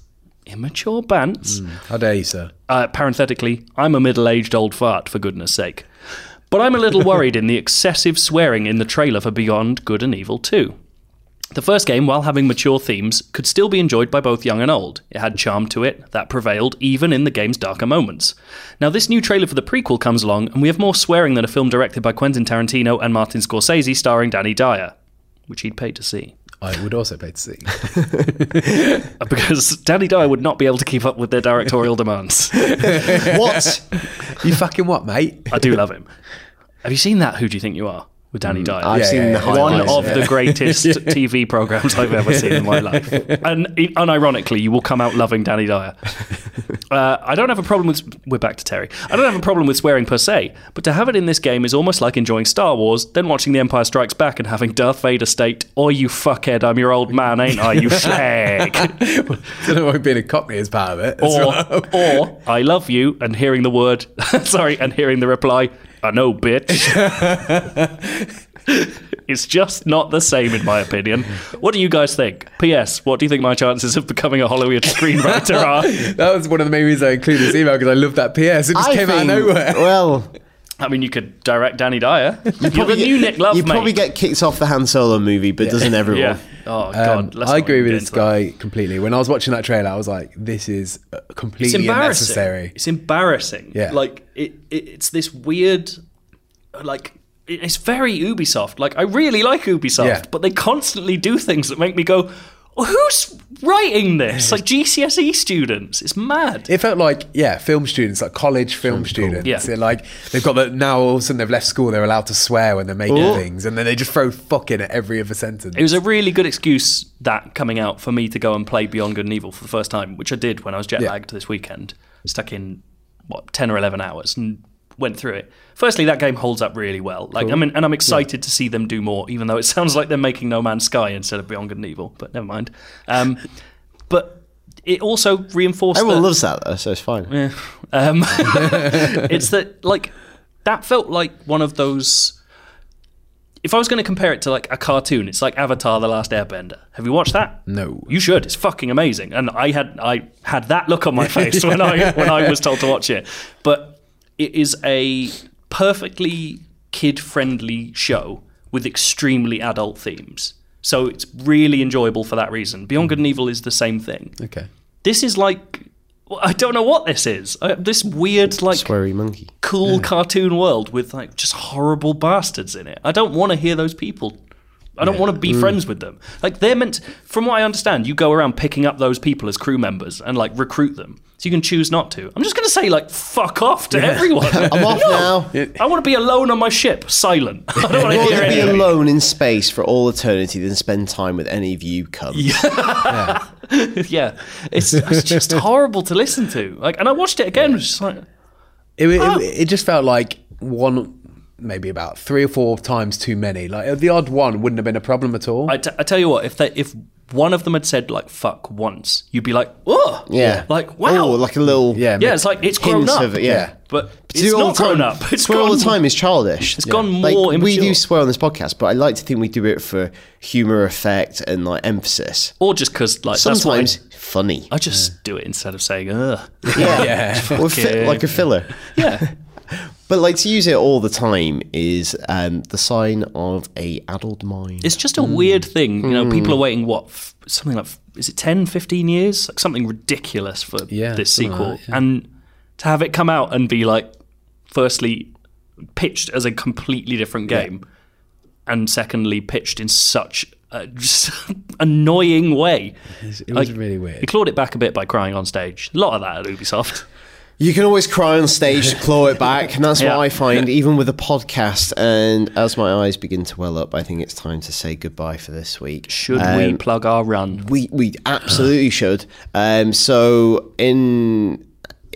B: Immature bants?
C: How dare you, sir?
B: Uh, parenthetically, I'm a middle aged old fart, for goodness sake. But I'm a little worried in the excessive swearing in the trailer for Beyond Good and Evil 2. The first game, while having mature themes, could still be enjoyed by both young and old. It had charm to it that prevailed even in the game's darker moments. Now, this new trailer for the prequel comes along, and we have more swearing than a film directed by Quentin Tarantino and Martin Scorsese starring Danny Dyer, which he'd pay to see. *laughs*
C: I would also pay to see.
B: Because Danny Dyer would not be able to keep up with their directorial demands.
A: What?
C: you fucking
A: *laughs*
C: what, mate? *laughs*
B: I do love him. Have you seen that? Who do you think you are? With Danny Dyer.
A: Mm, I've
C: Yeah,
A: seen
C: yeah,
A: the
C: yeah.
B: one
A: highlights.
B: of the
A: *laughs*
B: greatest *laughs* TV programs I've ever seen in my life. And i- unironically, you will come out loving
A: *laughs*
B: Danny Dyer. Uh, I don't have a problem with. We're back to Terry. I don't have a problem with swearing per se, but to have it in this game is almost like enjoying Star Wars, then watching The Empire Strikes Back and having Darth Vader state, "Oi, you fuckhead! I'm your old man, ain't
A: *laughs*
B: I? You slag!"
C: I don't know why being a cockney is part of it. as
B: or,
C: well.
B: or I love you, and hearing the word, *laughs* sorry, and hearing the reply, I know, bitch. it's just not the same, in my opinion. What do you guys think? P.S. What do you think my chances of becoming a Hollywood *laughs* screenwriter are?
C: that was one of the main reasons I included this email because I loved that PS. It just
A: I
C: came out
A: think-
C: of nowhere.
A: Well,
B: I mean, you could direct Danny Dyer. You are
A: probably
B: the new Nick Love,
A: you
B: mate.
A: probably get kicked off the Han Solo movie, but doesn't everyone?
B: yeah. Oh
C: Um,
B: God, let's
C: I
B: not
C: agree
B: even
C: with
B: get
C: this
B: into that.
C: guy completely. When I was watching that trailer, I was like, "This is uh,
B: It's
C: completely
B: embarrassing.
C: unnecessary."
B: It's embarrassing.
C: Yeah.
B: Like it, it, it's this weird, like it- it's very Ubisoft. Like I really like Ubisoft,
C: Yeah.
B: but they constantly do things that make me go, "Well, "Who's writing
C: *laughs*
B: this?" Like GCSE E students. It's mad.
C: It felt like, yeah, film students, like college film students.
B: Yeah.
C: They're like they've got the now all of a sudden they've left school. They're allowed to swear when they're making
A: Ooh.
C: things, and then they just throw "fucking" at every other sentence.
B: It was a really good excuse that coming out for me to go and play Beyond Good and Evil for the first time, which I did when I was jet
C: Yeah.
B: lagged this weekend. Stuck in what ten or eleven hours and went through it. Firstly, that game holds up really well. Like I mean, and I'm excited to see them do more, even though it *laughs* sounds like they're making No Man's Sky instead of Beyond Good and Evil. But never mind. Um, but it also reinforced.
A: Everyone
B: that-
A: loves that though, so it's fine.
B: um, it's that like that felt like one of those. If I was going to compare it to like a cartoon, it's like Avatar: The Last Airbender. Have you watched that?
C: No.
B: You should. It's fucking amazing. And I had I had that look on my face when I when I was told to watch it. But it is a perfectly kid friendly show with extremely adult themes. So it's really enjoyable for that reason. Beyond Good and Evil is the same thing.
C: Okay.
B: This is like well, I don't know what this is. Uh, this weird like
A: Sweary monkey.
B: cool cartoon world with like just horrible bastards in it. I don't want to hear those people. I don't want to be friends with them. Like they're meant from what I understand, you go around picking up those people as crew members and like recruit them. So you can choose not to. I'm just going to say like fuck off to everyone.
A: I'm off now.
B: I want to be alone on my ship, silent. *laughs* I don't want to
A: I'd
B: hear
A: rather be
B: anything.
A: alone in space for all eternity than spend time with any of you cubs.
B: yeah, it's, it's just horrible to listen to. Like, and I watched it again. It was just like,
C: It, it,
B: Ah.
C: it just felt like one, maybe about three or four times too many. Like the odd one wouldn't have been a problem at all.
B: I, t- I tell you what, if they, if one of them had said like fuck once, you'd be like, oh,
A: Yeah.
B: like wow,
A: Oh, like a little
C: Yeah.
B: yeah, it's like it's grown
A: hint
B: up,
A: of it. Yeah.
B: but
A: To do
B: it's
A: all the
B: not
A: time-
B: grown up. *laughs* It's
A: swear all
B: gone-
A: the time is childish. It's
B: gone more
A: Like, we
B: immature.
A: do swear on this podcast, but I like to think we do it for humor effect and like emphasis.
B: or just because like that's why
A: Sometimes funny.
B: *laughs* I, I just do it instead of saying ugh. *laughs*
C: yeah.
A: Or fi- like a filler.
B: yeah,
A: But like to use it all the time is um, the sign of a addled mind.
B: it's just a weird
C: Mm.
B: thing. You know, people are waiting what f- something like f- is it 10, 15 years, like something ridiculous for
C: Yeah,
B: this
C: something like
B: sequel,
C: that, yeah.
B: and to have it come out and be like, firstly, pitched as a completely different game. and secondly pitched in such a just *laughs* annoying way.
C: It was really weird.
B: He clawed it back a bit by crying on stage. A lot of that at Ubisoft.
A: You can always cry on stage to claw it back, and that's
B: *laughs* Yeah.
A: what I find, even with a podcast. And as my eyes begin to well up, I think it's time to say goodbye for this week.
B: Should we
A: Um,
B: plug our run?
A: We we absolutely should. Um, so in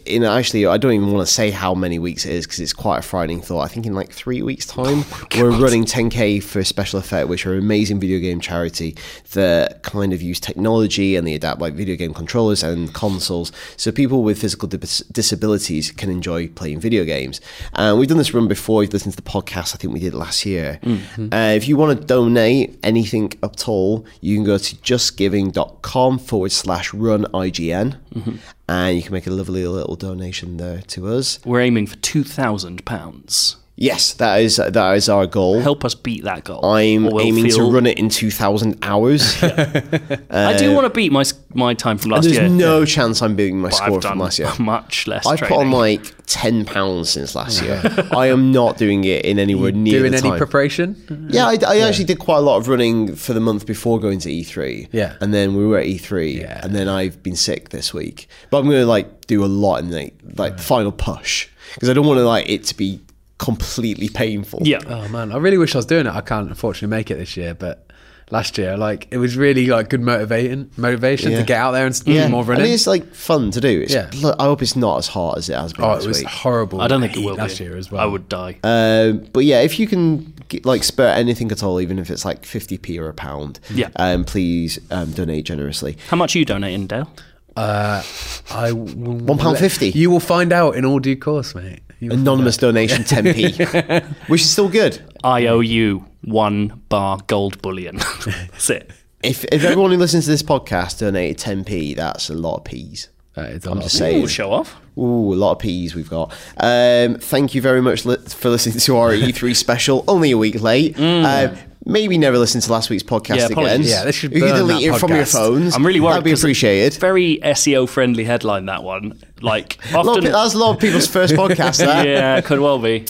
A: in actually, I don't even want to say how many weeks it is because it's quite a frightening thought. I think in like three weeks' time, we're running 10k for Special Effect, which are an amazing video game charity that kind of use technology and they adapt like video game controllers and consoles, so people with physical dis- disabilities can enjoy playing video games. Uh, we've done this run before. You've listened to the podcast. I think we did last year.
B: Mm-hmm.
A: Uh, if you want to donate anything at all, you can go to justgiving.com forward slash run IGN
B: Mm-hmm.
A: and you can make a lovely little donation there to us.
B: We're aiming for two thousand pounds.
A: Yes, that is that is our goal.
B: Help us beat that goal.
A: I'm
B: or we'll
A: aiming
B: feel-
A: to run it in 2,000
B: *laughs*
A: hours.
B: I do want to beat my s- my time from last
A: Uh, There's
B: year.
A: no chance I'm beating my
B: but
A: score
B: I've
A: from
B: done
A: last year.
B: much less.
A: I've put on
B: training.
A: like 10 pounds since last
C: *laughs*
A: year. I am not doing it in anywhere near
C: Doing
A: the
C: any
A: time.
C: preparation?
A: Yeah, I, I actually did quite a lot of running for the month before going to E3.
C: Yeah.
A: and then we were at E3,
C: Yeah.
A: and then I've been sick this week. But I'm gonna like do a lot in the like final push because I don't want to like it to be completely painful.
B: yeah.
C: Oh man, I really wish I was doing it. I can't unfortunately make it this year, but last year, like it was really like good motivating motivation
A: Yeah.
C: to get out there and s- do more running.
A: I mean, it's like fun to do. It's,
C: Yeah.
A: look, I hope it's not as hard as it has been
C: oh,
A: this
C: it was
A: week.
C: horrible.
B: I don't think it
C: heat
B: will
C: last
B: be.
C: year as well.
B: I would die.
A: Um, but yeah, if you can get, like spare anything at all, even if it's like 50p or a pound,
B: Yeah.
A: um, please um, donate generously.
B: How much are you donating, Dale?
C: Uh, I will
A: One pound fifty.
C: You will find out in all due course, mate. You will-
A: Anonymous donation
B: *laughs*
A: 10p, which is still good.
B: I owe you one bar gold
C: *laughs*
B: bullion. *laughs* That's it.
A: If, if everyone who listens to this podcast donated 10p, that's a lot of p's.
C: Uh, it's on
A: Just
B: Ooh,
A: saying.
B: show off.
A: Ooh, a lot of p's we've got. Um, thank you very much li- for listening to
B: *laughs*
A: our E3 special, only a week late. Um, maybe never listen to last week's podcast
B: Mm. Yeah,
A: again.
B: apologies.
C: Yeah, they should
A: If you
C: burn
A: delete
C: that
A: it from your
C: podcast.
A: phones,
B: I'm really worried.
A: That'd be
B: 'cause
A: appreciated.
B: It's very SEO friendly headline that one.
A: *laughs*
B: Like
A: A lot of
B: often,
A: pe- that's a lot of people's first podcast. That
B: *laughs* yeah, it could well be.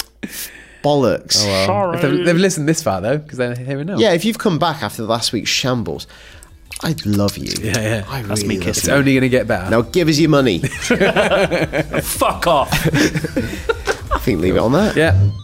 A: bollocks.
C: If they've, they've listened this far though, because they're hearing now.
A: Yeah, if you've come back after last week's shambles, I'd love you. Yeah,
C: yeah.
A: I
B: That's
A: really
B: me
A: love
B: kissing.
C: it's only going to get better.
A: you. Now give us your money.
B: Fuck off.
A: I think leave it on that.
C: Yeah.